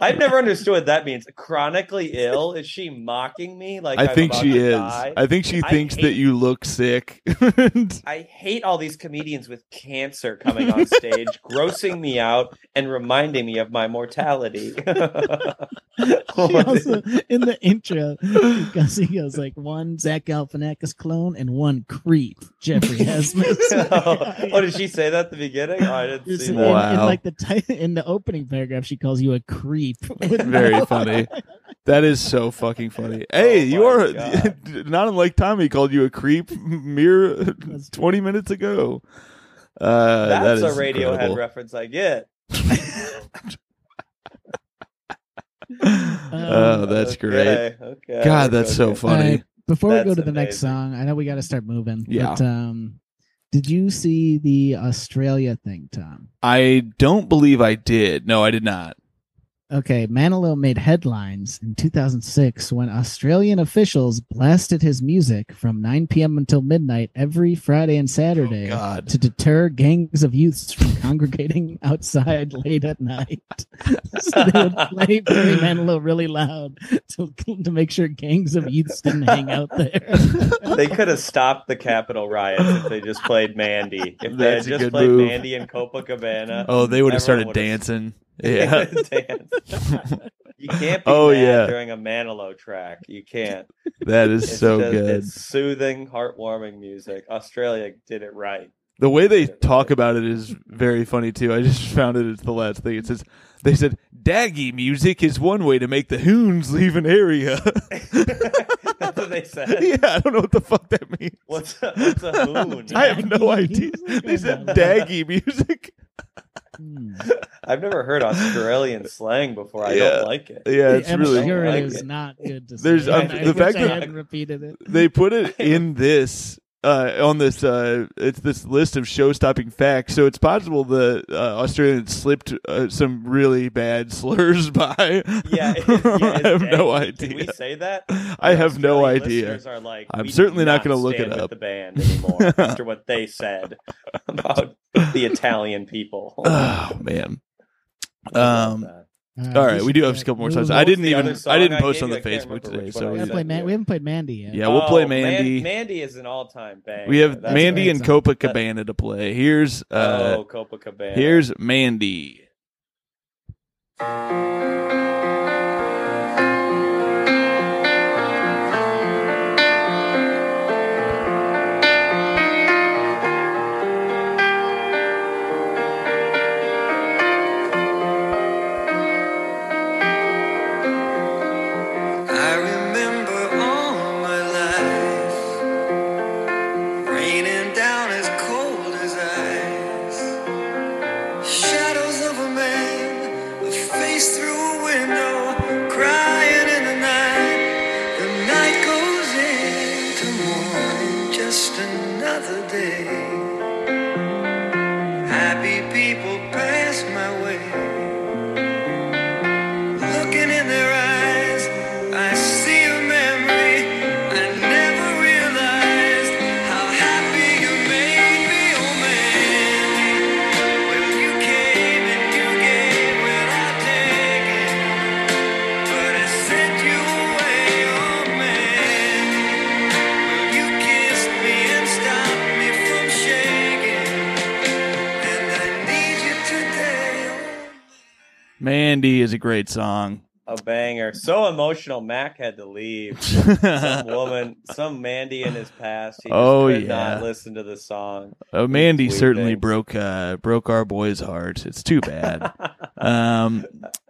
Speaker 3: I've never understood what that means. Chronically ill? Is she mocking me? Like
Speaker 1: I
Speaker 3: I'm
Speaker 1: think
Speaker 3: about
Speaker 1: she
Speaker 3: to
Speaker 1: is.
Speaker 3: die?
Speaker 1: I think she
Speaker 3: I
Speaker 1: thinks
Speaker 3: hate-
Speaker 1: that you look sick. And
Speaker 3: I hate all these comedians with cancer coming on stage, grossing me out and reminding me of my mortality.
Speaker 2: She also, in the intro, Gussie goes like one Zach Galifianakis clone and one creep Jeffrey Asmus.
Speaker 3: oh, did she say that at the beginning? Oh, I didn't
Speaker 2: It's
Speaker 3: see
Speaker 2: in,
Speaker 3: that.
Speaker 1: Wow.
Speaker 2: in, like the ti- in the opening paragraph, she calls you a creep. With
Speaker 1: Very funny. That is so fucking funny. Hey,
Speaker 3: Oh
Speaker 1: you
Speaker 3: my
Speaker 1: are
Speaker 3: God.
Speaker 1: not unlike Tommy called you a creep mere twenty minutes ago. Uh, that
Speaker 3: That's
Speaker 1: is
Speaker 3: a Radiohead
Speaker 1: incredible.
Speaker 3: reference I get.
Speaker 1: oh, that's great.
Speaker 3: Um, Okay, okay,
Speaker 1: God, that's so
Speaker 3: okay.
Speaker 2: All right,
Speaker 1: funny.
Speaker 2: before
Speaker 3: That's
Speaker 2: we go to the next
Speaker 3: amazing.
Speaker 2: song, I know we got to start moving.
Speaker 1: Yeah.
Speaker 2: But, um, did you see the Australia thing, Tom?
Speaker 1: I don't believe I did. No, I did not.
Speaker 2: Okay, Manilow made headlines in 2006 when Australian officials blasted his music from 9 p.m. until midnight every Friday and Saturday
Speaker 1: God.
Speaker 2: to deter gangs of youths from congregating outside late at night. so they would play Barry Manilow really loud to, to make sure gangs of youths didn't hang out there.
Speaker 3: They could have stopped the Capitol riots if they just played Mandy. If they had
Speaker 1: That's a
Speaker 3: just
Speaker 1: good
Speaker 3: played
Speaker 1: move.
Speaker 3: Mandy and Copacabana.
Speaker 1: Oh, they would have started
Speaker 3: Everyone
Speaker 1: dancing.
Speaker 3: would've-
Speaker 1: Yeah.
Speaker 3: Dance. You can't be
Speaker 1: Oh,
Speaker 3: mad
Speaker 1: yeah.
Speaker 3: during a Manilow track. You can't.
Speaker 1: That is so
Speaker 3: just-
Speaker 1: good.
Speaker 3: It's soothing, heartwarming music. Australia did it right.
Speaker 1: The way they
Speaker 3: Yeah.
Speaker 1: talk about it is very funny too. I just found it. It's the last thing it says. They said daggy music is one way to make the hoons leave an area.
Speaker 3: That's what they said.
Speaker 1: yeah, I don't know what the fuck that means.
Speaker 3: What's a, what's a moon?
Speaker 1: I have no
Speaker 2: Daggy
Speaker 1: idea.
Speaker 2: music?
Speaker 1: They said daggy music.
Speaker 2: Hmm.
Speaker 3: I've never heard Australian slang before. I
Speaker 1: Yeah.
Speaker 3: don't like it.
Speaker 1: Yeah, it's
Speaker 2: I'm
Speaker 1: really.
Speaker 2: sure
Speaker 3: I
Speaker 2: it
Speaker 3: like
Speaker 2: is
Speaker 3: it.
Speaker 2: not good to
Speaker 1: There's-
Speaker 2: say.
Speaker 3: I'm-
Speaker 2: I- I
Speaker 3: the
Speaker 2: wish
Speaker 3: fact
Speaker 2: I
Speaker 3: that-
Speaker 2: hadn't repeated it.
Speaker 1: They put it in this. Uh, on this, uh, it's this list of show-stopping facts. So it's possible the uh, Australian slipped uh, some really bad slurs by.
Speaker 3: Yeah, it is- yeah,
Speaker 1: I
Speaker 3: it's
Speaker 1: have no
Speaker 3: daggy.
Speaker 1: idea.
Speaker 3: Can we say that?
Speaker 1: I have no
Speaker 3: Australian
Speaker 1: idea.
Speaker 3: listeners Are like,
Speaker 1: I'm
Speaker 3: we do
Speaker 1: certainly not gonna look
Speaker 3: stand
Speaker 1: it
Speaker 3: with
Speaker 1: up.
Speaker 3: The band anymore after what they said about the Italian people.
Speaker 1: Oh man. Um,
Speaker 2: Uh,
Speaker 1: all right, we do have
Speaker 2: should,
Speaker 1: a couple more
Speaker 2: uh,
Speaker 1: songs.
Speaker 2: move
Speaker 1: I
Speaker 2: on.
Speaker 1: didn't
Speaker 3: the
Speaker 1: even
Speaker 3: other song
Speaker 1: I didn't
Speaker 3: I
Speaker 1: post
Speaker 3: gave
Speaker 1: on
Speaker 3: you?
Speaker 1: the
Speaker 3: I can't
Speaker 1: Facebook
Speaker 3: remember
Speaker 1: today,
Speaker 3: what
Speaker 2: We
Speaker 3: it
Speaker 1: so
Speaker 2: haven't,
Speaker 3: was.
Speaker 1: yeah,
Speaker 2: played Man- we haven't played Mandy yet.
Speaker 1: we'll play
Speaker 3: Oh, Man-
Speaker 1: Mandy.
Speaker 3: Mandy is an all-time band.
Speaker 1: we have
Speaker 3: That's
Speaker 1: Mandy
Speaker 2: right.
Speaker 1: and Copacabana to play. Here's uh
Speaker 3: oh, Copacabana.
Speaker 1: here's Mandy.
Speaker 4: I remember all my life raining down as cold as ice. Shadows of a man, a face through a window, crying in the night. The night goes into morning, just another day. Happy people pass my way. Looking in their eyes, I see a memory I never realized how happy you made me, oh man. When you came and you gave without taking, but I sent you away, oh man. When you kissed me and stopped me from shaking, and I need you today.
Speaker 1: Mandy is a great song.
Speaker 3: a banger. So emotional. Mac had to leave. Some woman, some Mandy in his past. He just
Speaker 1: Oh,
Speaker 3: could
Speaker 1: yeah.
Speaker 3: not listen to the song.
Speaker 1: Uh, Mandy
Speaker 3: Sweet
Speaker 1: certainly
Speaker 3: things.
Speaker 1: broke uh, broke our boy's heart. It's too bad. um,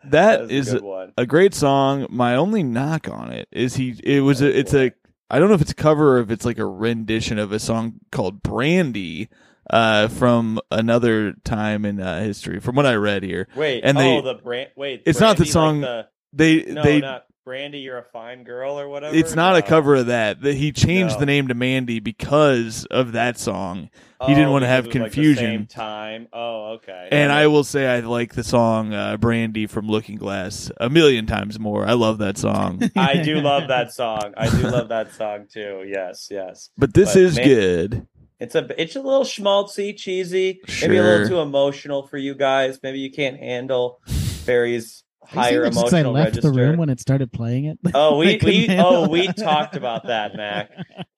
Speaker 1: that
Speaker 3: was
Speaker 1: is
Speaker 3: a good one.
Speaker 1: a great song. My only knock on it is he. It was a. It's a. I don't know if it's a cover or if it's like a rendition of a song called Brandy uh, from another time in uh, history. From what I read here,
Speaker 3: Wait,
Speaker 1: And
Speaker 3: and
Speaker 1: they-
Speaker 3: oh, the brand. Wait,
Speaker 1: It's not the
Speaker 3: Brandy,
Speaker 1: song-
Speaker 3: like
Speaker 1: they
Speaker 3: the, no,
Speaker 1: they.
Speaker 3: not Brandy. You're a fine girl, or whatever.
Speaker 1: it's not a
Speaker 3: No.
Speaker 1: cover of that. That he changed
Speaker 3: No.
Speaker 1: the name to Mandy because of that song. He
Speaker 3: Oh,
Speaker 1: didn't want to
Speaker 3: because
Speaker 1: have
Speaker 3: it was, like, the
Speaker 1: confusion.
Speaker 3: same time. Oh, okay.
Speaker 1: And I will say I like the song uh, "Brandy" from Looking Glass a million times more. I love that song.
Speaker 3: I do love that song. I do love that song too. Yes, yes.
Speaker 1: But this
Speaker 3: But
Speaker 1: is
Speaker 3: man-
Speaker 1: good.
Speaker 3: It's a it's a little schmaltzy, cheesy, maybe a little
Speaker 1: Sure.
Speaker 3: too emotional for you guys. Maybe you can't handle Barry's higher
Speaker 2: It seemed like since I
Speaker 3: emotional
Speaker 2: left
Speaker 3: register.
Speaker 2: the room when it started playing it.
Speaker 3: Oh,
Speaker 2: I
Speaker 3: we,
Speaker 2: couldn't
Speaker 3: we
Speaker 2: handle
Speaker 3: oh
Speaker 2: it.
Speaker 3: we talked about that, Mac.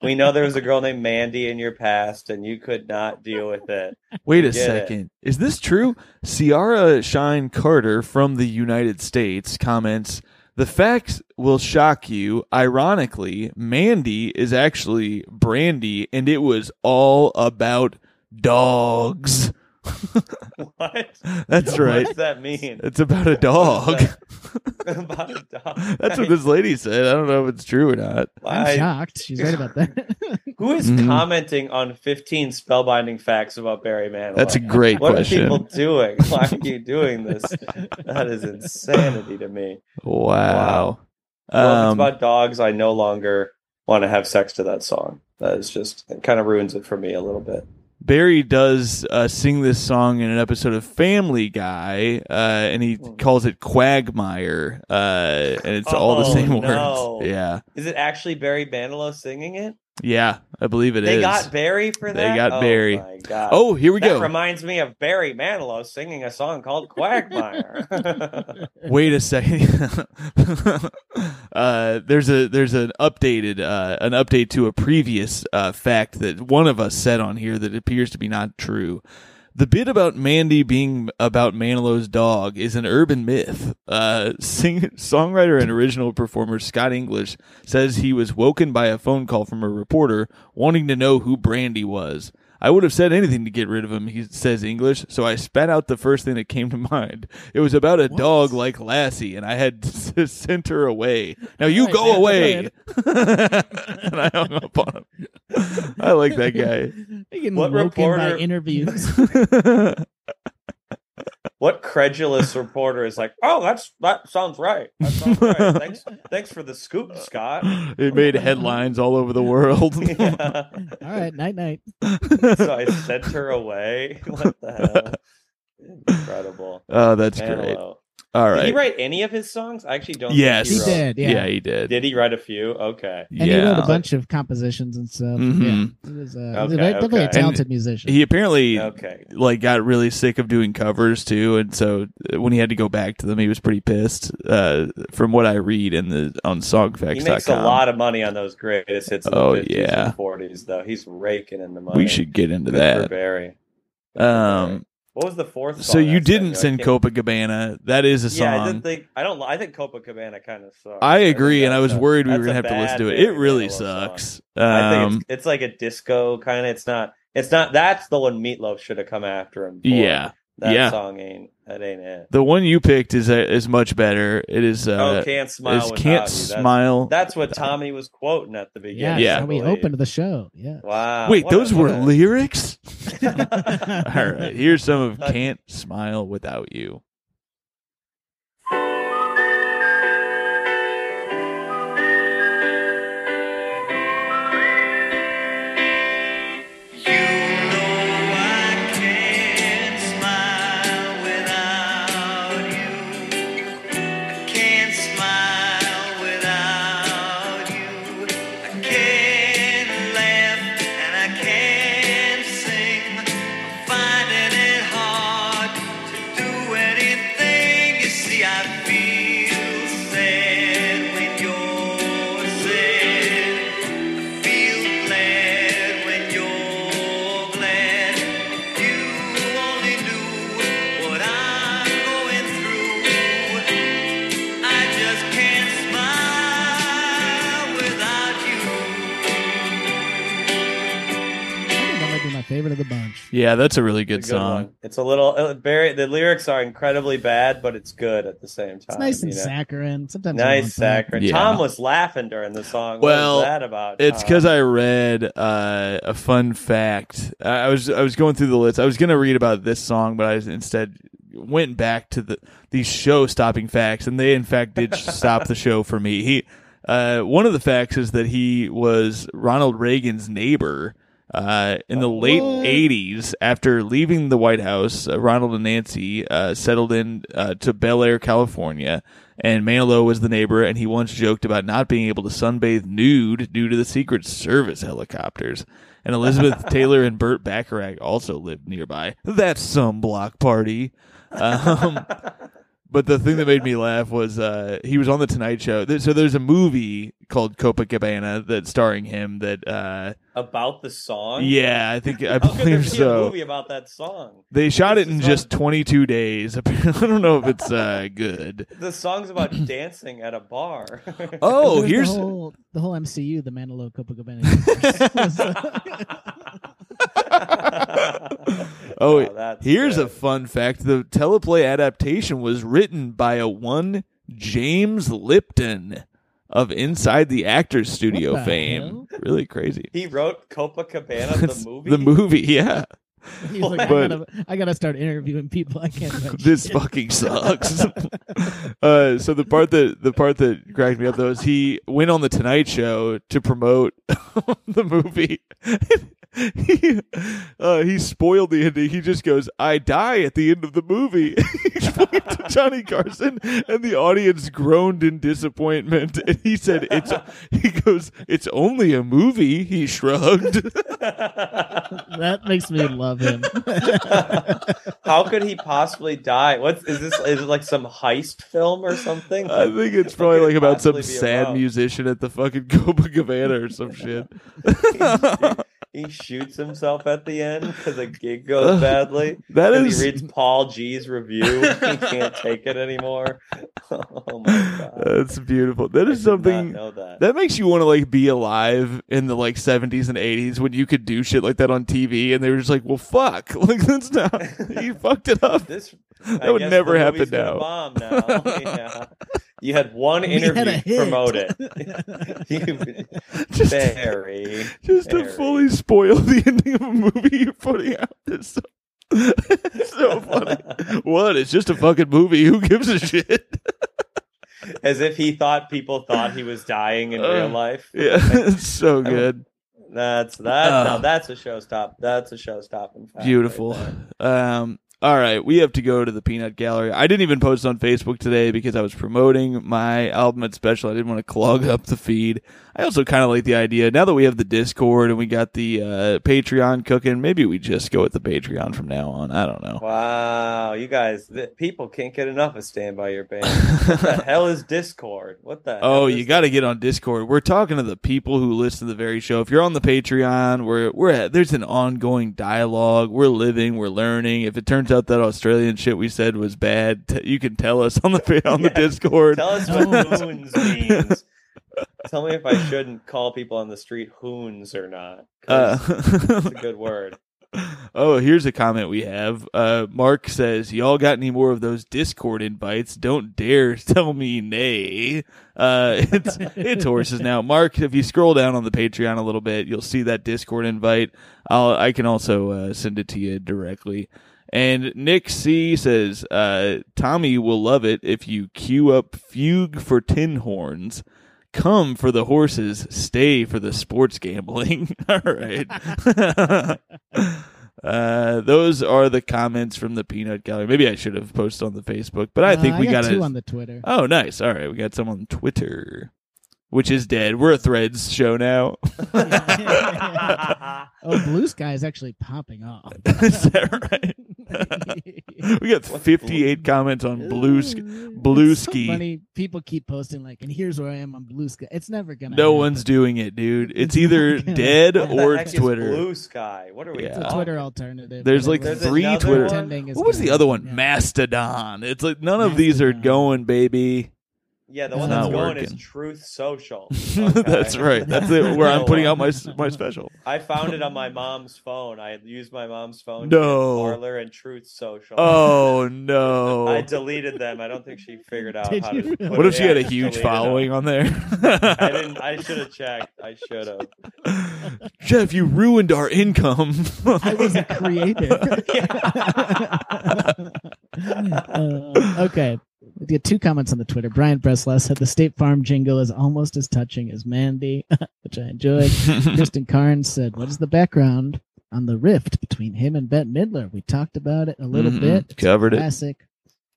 Speaker 3: We know there was a girl named Mandy in your past, and you could not deal with it.
Speaker 1: Wait a
Speaker 3: Get it.
Speaker 1: second. Is this true? Ciara Shine Carter from the United States comments The facts will shock you. Ironically, Mandy is actually Brandy, and it was all about dogs.
Speaker 3: What?
Speaker 1: That's
Speaker 3: What
Speaker 1: right.
Speaker 3: does that mean?
Speaker 1: It's about a dog.
Speaker 3: About a dog.
Speaker 1: That's what this lady said. I don't know if it's true or not.
Speaker 2: I'm
Speaker 3: I-
Speaker 2: shocked. She's right about that.
Speaker 3: Who is
Speaker 1: Mhm.
Speaker 3: commenting on 15 spellbinding facts about Barry Manilow?
Speaker 1: That's a great
Speaker 3: what are people
Speaker 1: question.
Speaker 3: doing? Why are you doing this? That is insanity to me.
Speaker 1: Wow.
Speaker 3: well, if it's
Speaker 1: Um,
Speaker 3: about dogs. I no longer want to have sex to that song. That is just it kind of ruins it for me a little bit.
Speaker 1: Barry does uh, sing this song in an episode of Family Guy, uh, and he
Speaker 3: Hmm.
Speaker 1: calls it Quagmire, uh, and it's all the
Speaker 3: Oh,
Speaker 1: same
Speaker 3: no.
Speaker 1: words. Yeah,
Speaker 3: Is it actually Barry Manilow singing it?
Speaker 1: yeah, I believe it is.
Speaker 3: they got Barry for
Speaker 1: They
Speaker 3: that.
Speaker 1: got
Speaker 3: oh,
Speaker 1: Barry.
Speaker 3: My God.
Speaker 1: oh, here we
Speaker 3: that
Speaker 1: go.
Speaker 3: reminds me of Barry Manilow singing a song called Quagmire.
Speaker 1: Wait a second. uh, there's a there's an updated uh, an update to a previous uh, fact that one of us said on here that appears to be not true. The bit about Mandy being about Manilow's dog is an urban myth. Uh, sing- songwriter and original performer Scott English says he was woken by a phone call from a reporter wanting to know who Brandy was. I would have said anything to get rid of him, he says English, so I spat out the first thing that came to mind. It was about a dog like Lassie, and I had to sent her away. Now you
Speaker 2: Alright,
Speaker 1: go
Speaker 2: man,
Speaker 1: away.
Speaker 2: go
Speaker 1: and I hung up on him. I like that guy.
Speaker 2: They get
Speaker 3: What
Speaker 2: woken
Speaker 3: reporter-
Speaker 2: by interviews.
Speaker 3: what credulous reporter is like, oh, that's that sounds right. That sounds right. Thanks, thanks for the scoop, Scott.
Speaker 1: It made headlines all over the world.
Speaker 3: Yeah.
Speaker 2: All right, night night.
Speaker 3: so I sent her away. What the hell? Incredible.
Speaker 1: oh, that's great.
Speaker 3: Manilow.
Speaker 1: All
Speaker 3: uh, Did
Speaker 1: right.
Speaker 3: he write any of his songs? I actually don't.
Speaker 1: yes.
Speaker 3: think he,
Speaker 2: He
Speaker 3: wrote.
Speaker 2: did, yeah.
Speaker 1: he did.
Speaker 3: Did he write a few? Okay.
Speaker 1: yeah.
Speaker 2: And he wrote a bunch of compositions and stuff.
Speaker 1: Mhm.
Speaker 2: Yeah, he was, uh, he was
Speaker 3: Okay,
Speaker 2: a- definitely
Speaker 3: okay.
Speaker 2: a talented musician.
Speaker 1: He apparently
Speaker 3: Okay.
Speaker 1: like got really sick of doing covers too, and so uh, when he had to go back to them, he was pretty pissed. Uh, from what I read in the on songfacts.com,
Speaker 3: He makes a lot of money on those greatest hits in the
Speaker 1: Oh,
Speaker 3: 50s
Speaker 1: yeah.
Speaker 3: and 40s, though. He's raking in the money.
Speaker 1: we should get into
Speaker 3: Good for
Speaker 1: that.
Speaker 3: Barry.
Speaker 1: Um,
Speaker 3: What was the fourth song?
Speaker 1: so
Speaker 3: I
Speaker 1: you
Speaker 3: sent
Speaker 1: didn't send
Speaker 3: I can't-
Speaker 1: Copacabana. That is a song.
Speaker 3: Yeah, I didn't think. I don't. I think Copacabana kind of sucks.
Speaker 1: I
Speaker 3: think
Speaker 1: agree, and I
Speaker 3: that's
Speaker 1: was
Speaker 3: a-
Speaker 1: worried we were
Speaker 3: that's
Speaker 1: gonna
Speaker 3: a
Speaker 1: have to listen
Speaker 3: bad
Speaker 1: to it.
Speaker 3: Barry
Speaker 1: It really
Speaker 3: Manilow song.
Speaker 1: sucks.
Speaker 3: I think
Speaker 1: Um,
Speaker 3: it's, it's like a disco kind of. It's not. It's not. That's the one Meatloaf should have come after him. For.
Speaker 1: yeah,
Speaker 3: that
Speaker 1: yeah.
Speaker 3: song ain't. That ain't it.
Speaker 1: the one you picked is uh, is much better. It is
Speaker 3: oh,
Speaker 1: uh,
Speaker 3: can't smile.
Speaker 1: is
Speaker 3: Without
Speaker 1: can't
Speaker 3: you. That's,
Speaker 1: smile.
Speaker 3: That's what Tommy was quoting at the beginning.
Speaker 2: yeah,
Speaker 1: Yeah.
Speaker 2: so
Speaker 3: I
Speaker 2: we
Speaker 3: believe.
Speaker 2: opened the show. Yeah.
Speaker 3: Wow.
Speaker 1: Wait,
Speaker 3: Uh, what a-
Speaker 1: those were
Speaker 3: what a-
Speaker 1: lyrics. All right, here's some of
Speaker 3: Uh,
Speaker 1: "Can't Smile Without You."
Speaker 4: You know I can't smile without you. I can't smile without you. I can't laugh and I can't sing. I'm finding it hard to do anything. You see, I feel sad when you're sad. Feel glad when you're glad. You only knew what I'm going through. I just can't smile without you.
Speaker 2: I think that might be my favorite of the bunch.
Speaker 1: Yeah, that's a really good,
Speaker 3: It's a
Speaker 1: song.
Speaker 3: one. It's a little uh, Barry. The lyrics are incredibly bad, but it's good at the same time.
Speaker 1: Uh,
Speaker 2: It's nice and
Speaker 3: you know?
Speaker 2: saccharine. Sometimes I
Speaker 3: Nice
Speaker 2: want that.
Speaker 3: saccharine.
Speaker 1: Yeah.
Speaker 3: Tom was laughing during the song.
Speaker 1: Well,
Speaker 3: what was that about?
Speaker 1: It's
Speaker 3: Tom?
Speaker 1: because I read uh, a fun fact. I I was I was going through the list. I was going to read about this song, but I instead went back to the these show stopping facts, and they in fact did stop the show for me. He uh, one of the facts is that he was Ronald Reagan's neighbor. Uh, in the late
Speaker 2: What?
Speaker 1: 80s, after leaving the White House, uh, Ronald and Nancy uh, settled in uh, to Bel Air, California, and Manilow was the neighbor, and he once joked about not being able to sunbathe nude due to the Secret Service helicopters. And Elizabeth Taylor and Burt Bacharach also lived nearby. That's some block party. Um, But the thing that made me laugh was uh, he was on the Tonight Show. Th- So there's a movie called Copacabana that's starring him. That uh,
Speaker 3: about the song.
Speaker 1: yeah, I think I
Speaker 3: How could there
Speaker 1: believe
Speaker 3: be a
Speaker 1: so.
Speaker 3: movie about that song?
Speaker 1: They shot it
Speaker 3: This
Speaker 1: in
Speaker 3: is not-
Speaker 1: just 22 days. I don't know if it's uh, good.
Speaker 3: The song's about dancing at a bar.
Speaker 1: Oh,
Speaker 2: There's
Speaker 1: here's
Speaker 2: the whole, the whole MCU, the Mandalore Copacabana.
Speaker 1: oh,
Speaker 3: Wow, that's
Speaker 1: here's
Speaker 3: good.
Speaker 1: a fun fact: the teleplay adaptation was written by a one James Lipton of Inside the Actors Studio
Speaker 2: the
Speaker 1: fame.
Speaker 2: hell?
Speaker 1: Really crazy.
Speaker 3: He wrote Copacabana the movie.
Speaker 1: The movie, yeah.
Speaker 2: He's like, I
Speaker 1: But-
Speaker 2: gotta, I gotta start interviewing people. I can't. write
Speaker 1: this
Speaker 2: shit.
Speaker 1: fucking sucks. uh, so the part that the part that cracked me up though is he went on the Tonight Show to promote the movie. he uh, he spoiled the ending. He just goes, "I die at the end of the movie." He explained to Johnny Carson, and the audience groaned in disappointment. And he said, "It's." He goes, "It's only a movie." He shrugged.
Speaker 2: That makes me love him.
Speaker 3: How could he possibly die? What is this? Is it like some heist film or something?
Speaker 1: I think it's probably
Speaker 3: could
Speaker 1: like
Speaker 3: it
Speaker 1: about some
Speaker 3: possibly be
Speaker 1: sad
Speaker 3: about?
Speaker 1: musician at the fucking Copacabana or some shit.
Speaker 3: he shoots himself at the end because a gig goes badly.
Speaker 1: That
Speaker 3: 'Cause
Speaker 1: is-
Speaker 3: he reads Paul G's review. he can't take it anymore. oh my god!
Speaker 1: That's beautiful. That
Speaker 3: I
Speaker 1: is
Speaker 3: did
Speaker 1: something
Speaker 3: Not know that.
Speaker 1: that makes you want to like be alive in the like 70s and 80s when you could do shit like that on TV and they were just like, "Well, fuck. Like that's not you fucked it up."
Speaker 3: This
Speaker 1: That would never happen now.
Speaker 3: Bomb now. yeah. You had one
Speaker 2: We had a
Speaker 3: interview to
Speaker 2: hit.
Speaker 3: promote it. you,
Speaker 1: Just
Speaker 3: very.
Speaker 1: just to
Speaker 3: very-
Speaker 1: fully spoil the ending of a movie you're putting out. It's so, it's so funny. what? It's just a fucking movie. Who gives a shit?
Speaker 3: As if he thought people thought he was dying in
Speaker 1: Uh,
Speaker 3: real life.
Speaker 1: Yeah, it's so good.
Speaker 3: That's that.
Speaker 1: Uh.
Speaker 3: no, that's a showstop. That's a showstopping fact.
Speaker 1: Beautiful.
Speaker 3: right
Speaker 1: Um, all right, we have to go to the Peanut Gallery. I didn't even post on Facebook today because I was promoting my album and special. I didn't want to clog up the feed. I also kind of like the idea now that we have the Discord and we got the uh, Patreon cooking. Maybe we just go with the Patreon from now on. I don't
Speaker 3: there.
Speaker 1: know.
Speaker 3: Wow, you guys, th- people can't get enough of Stand By Your Band. what the hell is Discord? What the?
Speaker 1: Oh,
Speaker 3: hell
Speaker 1: you
Speaker 3: is-
Speaker 1: got to get on Discord. We're talking to the people who listen to the very show. If you're on the Patreon, we're we're at, there's an ongoing dialogue. We're living, we're learning. If it turns out that Australian shit we said was bad, t- you can tell us on the on the Discord.
Speaker 3: Tell us
Speaker 2: No.
Speaker 3: what hoons means. Tell me if I shouldn't call people on the street hoons or not. 'cause
Speaker 1: Uh,
Speaker 3: It's a good word.
Speaker 1: oh, here's a comment we have. Uh, Mark says, "Y'all got any more of those Discord invites? Don't dare tell me nay." Uh, it's it's horses now. Mark, if you scroll down on the Patreon a little bit, you'll see that Discord invite. I'll I can also uh, send it to you directly. And Nick C says, uh, "Tommy will love it if you queue up Fugue for Tin Horns." Come for the horses, stay for the sports gambling. All right. Uh, those are the comments from the peanut gallery. Maybe I should have posted on the Facebook, but I
Speaker 2: Uh,
Speaker 1: think we
Speaker 2: got,
Speaker 1: gotta-
Speaker 2: two on the Twitter.
Speaker 1: oh, nice. All right, we got some on Twitter, which is dead. We're a Threads show now.
Speaker 2: Oh, Blue Sky is actually popping off.
Speaker 1: is that right? we got
Speaker 3: What's
Speaker 1: fifty-eight comments on Blue Sky. Blue
Speaker 2: It's so
Speaker 1: Sky.
Speaker 2: funny. People keep posting like, and here's where I am on Blue Sky. It's never gonna.
Speaker 1: No
Speaker 2: happen.
Speaker 1: one's doing it, dude. It's
Speaker 2: It's not
Speaker 1: either
Speaker 2: gonna-
Speaker 1: dead
Speaker 3: What the
Speaker 1: or
Speaker 3: heck is
Speaker 1: Twitter.
Speaker 3: Blue sky. What are we?
Speaker 1: Yeah.
Speaker 2: It's
Speaker 3: talking?
Speaker 2: a Twitter alternative.
Speaker 1: There's like
Speaker 3: There's
Speaker 1: three
Speaker 3: another
Speaker 1: Twitter-
Speaker 3: one?
Speaker 1: What was the other one? Mastodon. It's like none of these are
Speaker 2: Mastodon.
Speaker 1: going, baby.
Speaker 3: Yeah, the
Speaker 2: It's
Speaker 3: one that's
Speaker 2: not
Speaker 3: going
Speaker 1: working.
Speaker 3: is Truth Social.
Speaker 1: That's
Speaker 3: Okay.
Speaker 1: right. That's it. Where I'm
Speaker 3: No,
Speaker 1: putting
Speaker 3: uh,
Speaker 1: out my s- my special.
Speaker 3: I found it on my mom's phone. I had used my mom's phone.
Speaker 1: No.
Speaker 3: To get parlor and Truth Social.
Speaker 1: Oh no!
Speaker 3: I deleted them. I don't think she figured out
Speaker 2: Did
Speaker 3: how
Speaker 2: you
Speaker 3: to.
Speaker 2: really?
Speaker 3: put
Speaker 1: What
Speaker 3: it
Speaker 1: if she
Speaker 3: in.
Speaker 1: had a
Speaker 3: I just
Speaker 1: huge
Speaker 3: deleted them.
Speaker 1: following on there?
Speaker 3: I didn't. I should have checked. I should have.
Speaker 1: Jeff, you ruined our income.
Speaker 2: I wasn't creative. Uh, okay. We get two comments on the Twitter. Brian Breslau said the State Farm jingle is almost as touching as Mandy, which I enjoyed. Kristen Carnes said, What is the background on the rift between him and Bette Midler? We talked about it a little
Speaker 3: Mm-hmm.
Speaker 1: Mhm.
Speaker 2: bit. It's a
Speaker 1: Covered it.
Speaker 2: classic.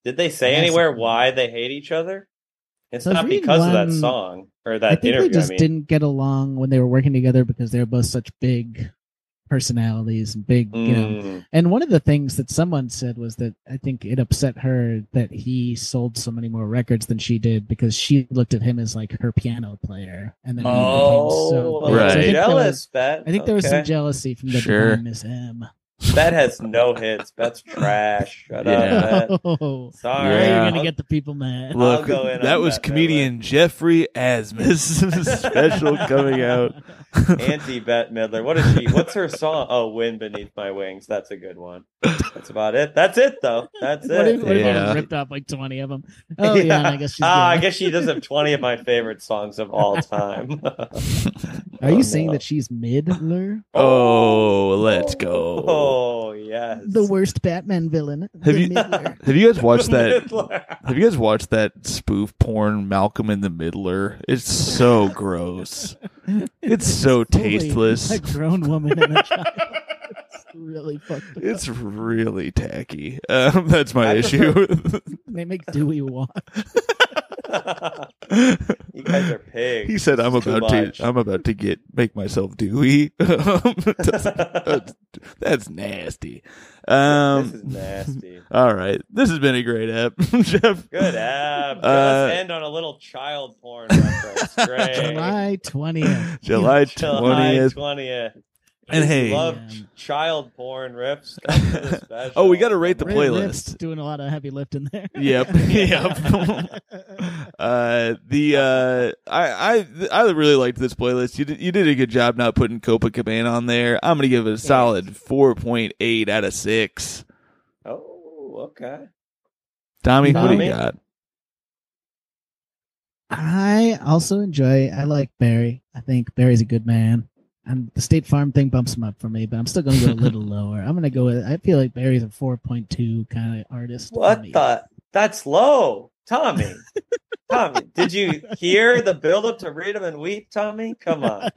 Speaker 3: Did they say
Speaker 2: Yes.
Speaker 3: anywhere why they hate each other? It's
Speaker 2: I was
Speaker 3: not
Speaker 2: reading
Speaker 3: because of that
Speaker 2: one-
Speaker 3: song or
Speaker 2: I
Speaker 3: that
Speaker 2: think
Speaker 3: interview.
Speaker 2: they just
Speaker 3: I mean,
Speaker 2: didn't get along when they were working together because they were both such big personalities and big, you know,
Speaker 3: Mm.
Speaker 2: and one of the things that someone said was that I think it upset her that he sold so many more records than she did because she looked at him as like her piano player, and then he
Speaker 3: Oh,
Speaker 2: became so
Speaker 3: well,
Speaker 2: big. So I
Speaker 1: Right.
Speaker 2: think there was-
Speaker 3: jealous, Bet.
Speaker 2: I think there was some
Speaker 3: Okay.
Speaker 2: jealousy from the
Speaker 1: Sure.
Speaker 2: divine Miss M.
Speaker 3: Bet has no hits. Bet's trash. Shut
Speaker 1: Yeah.
Speaker 3: up, Bet.
Speaker 2: Oh,
Speaker 1: Yeah.
Speaker 3: Sorry.
Speaker 2: Now
Speaker 1: Right.
Speaker 2: you're gonna get the people mad.
Speaker 3: Well, I'll
Speaker 1: Look,
Speaker 3: go in
Speaker 1: that
Speaker 3: on
Speaker 1: was
Speaker 3: that, though,
Speaker 1: comedian Jeffrey Asmus special coming out.
Speaker 3: Anti Bet Midler. What is she? What's her song? Oh, Wind Beneath My Wings. That's a good one. That's about it. That's it, though. That's
Speaker 2: what if,
Speaker 3: it.
Speaker 2: what if I
Speaker 1: Yeah.
Speaker 2: ripped off like twenty of them? Oh yeah, and I guess she's.
Speaker 3: Ah, I
Speaker 2: gay.
Speaker 3: guess she does have 20 of my favorite songs of all time.
Speaker 2: Are
Speaker 3: Oh,
Speaker 2: you saying
Speaker 3: no.
Speaker 2: that she's Midler,
Speaker 1: oh, let's go.
Speaker 3: Oh, yes.
Speaker 2: the worst Batman villain?
Speaker 1: Have
Speaker 2: the
Speaker 1: you-
Speaker 2: Midler.
Speaker 1: Have you guys watched that?
Speaker 3: Midler.
Speaker 1: Have you guys watched that spoof porn Malcolm in the Middler? It's so gross. It's so
Speaker 2: Fully
Speaker 1: tasteless.
Speaker 2: A grown woman and a child. It's really fucked up.
Speaker 1: It's really tacky. Um, that's my
Speaker 3: I
Speaker 1: issue.
Speaker 2: They make Dewey walk.
Speaker 3: you guys are pigs.
Speaker 1: he said, "I'm
Speaker 3: It's too
Speaker 1: about to.
Speaker 3: much."
Speaker 1: I'm about to get make myself dewy." Um, that's, that's nasty. Um,
Speaker 3: this is nasty.
Speaker 1: all right, this has been a great app, Jeff.
Speaker 3: Good app.
Speaker 1: Uh,
Speaker 3: Let's end on a little child porn reference. Great.
Speaker 2: July 20th.
Speaker 1: July
Speaker 3: July
Speaker 1: twentieth.
Speaker 3: 20th.
Speaker 1: And hey-
Speaker 3: love
Speaker 2: Yeah.
Speaker 3: child porn riffs. Come to the special.
Speaker 1: Oh, we got to rate the
Speaker 2: Red Lips
Speaker 1: playlist.
Speaker 2: doing a lot of heavy lifting there.
Speaker 1: Yep. Yep. Uh, the uh, I I th- I really liked this playlist. You did, you did a good job not putting Copacabana on there. I'm gonna give it a solid four point eight out of six.
Speaker 3: Oh, okay.
Speaker 1: Tommy, what do
Speaker 2: Tommy?
Speaker 1: you got?
Speaker 2: I also enjoy, I like Barry. I think Barry's a good man. And the State Farm thing bumps him up for me, but I'm still going to go a little lower. I'm going to go with, I feel like Barry's a 4.2 kind of artist. for
Speaker 3: What
Speaker 2: me.
Speaker 3: the? That's low, Tommy. Tommy, did you hear the build up to read 'em and weep, Tommy? Come on.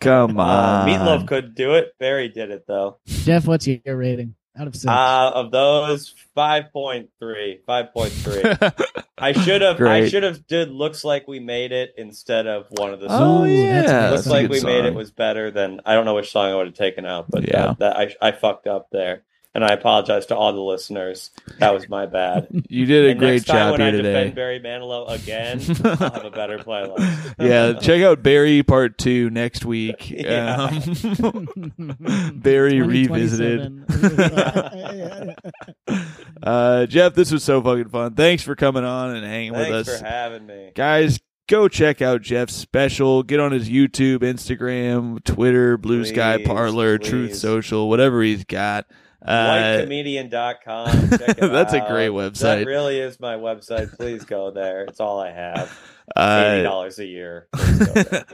Speaker 1: Come
Speaker 3: Uh,
Speaker 1: on,
Speaker 3: Meatloaf could do it. Barry did it though.
Speaker 2: Jeff, what's your your rating out of six?
Speaker 3: Uh, of those, 5.3. 5.3. I should have I
Speaker 1: Great.
Speaker 3: should have did looks like we made it instead of one of the songs.
Speaker 1: oh
Speaker 2: Ooh,
Speaker 1: yeah,
Speaker 2: that's a
Speaker 1: that's
Speaker 3: looks
Speaker 1: a
Speaker 3: like
Speaker 1: good
Speaker 3: we made it uh,
Speaker 1: song.
Speaker 3: was better than I don't know which song I would have taken out, but
Speaker 1: Yeah.
Speaker 3: that, that I I fucked up there. And I apologize to all the listeners. That was my bad.
Speaker 1: you did a
Speaker 3: And
Speaker 1: great
Speaker 3: next time
Speaker 1: job
Speaker 3: when
Speaker 1: here
Speaker 3: I
Speaker 1: today.
Speaker 3: defend Barry Manilow again, I'll have a better playlist.
Speaker 1: yeah, check out Barry Part Two next week.
Speaker 3: Yeah.
Speaker 1: Um, Barry revisited.
Speaker 2: 2027.
Speaker 1: uh, Jeff, this was so fucking fun. Thanks for coming on and hanging with
Speaker 3: Thanks
Speaker 1: us.
Speaker 3: for having me.
Speaker 1: guys go check out jeff's special get on his youtube instagram twitter blue sky
Speaker 3: Please,
Speaker 1: parlor truth
Speaker 3: please.
Speaker 1: social whatever he's got uh,
Speaker 3: Whitecomedian.com. Check it
Speaker 1: That's a
Speaker 3: out.
Speaker 1: great website.
Speaker 3: That really is my website. Please go there. It's all I have. Eighty
Speaker 1: uh,
Speaker 3: dollars a year. Please go there.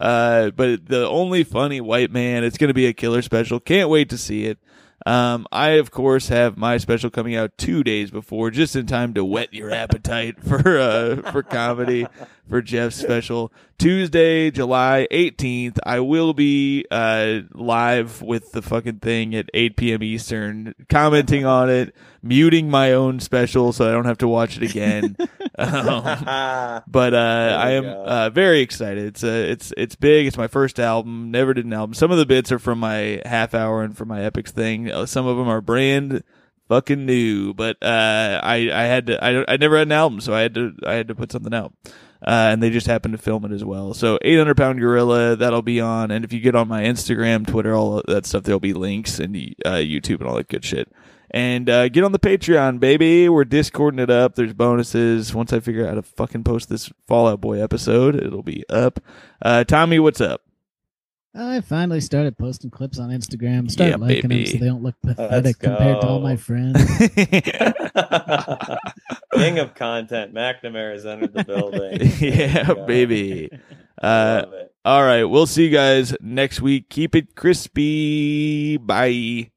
Speaker 1: uh, but the only funny white man it's going to be a killer special can't wait to see it um, I of course have my special coming out two days before, just in time to whet your appetite for uh, for comedy for Jeff's special Tuesday, July eighteenth. I will be uh, live with the fucking thing at eight p.m. Eastern, commenting on it, muting my own special so I don't have to watch it again. um, but uh, I am
Speaker 3: we go.
Speaker 1: uh, very excited. It's uh, it's it's big. It's my first album. Never did an album. Some of the bits are from my half hour and from my epics thing. Uh, Some of them are brand fucking new. But uh, I I had to I don't- I never had an album, so I had to I had to put something out. Uh, and they just happened to film it as well. So 800 pound gorilla that'll be on. And if you get on my Instagram, Twitter, all that stuff, there'll be links and uh, YouTube and all that good shit and uh, get on the Patreon, baby. We're discording it up. There's bonuses. Once I figure out how to fucking post this Fallout Boy episode, it'll be up. Uh, Tommy, what's up?
Speaker 2: I finally started posting clips on Instagram. Started
Speaker 1: Yeah,
Speaker 2: liking
Speaker 1: baby.
Speaker 2: them so they don't look pathetic compared to all
Speaker 3: go.
Speaker 2: my friends.
Speaker 3: King of content, McNamara has entered the building.
Speaker 1: yeah, baby. Uh,
Speaker 3: Love it.
Speaker 1: all right, we'll see you guys next week. Keep it crispy. Bye.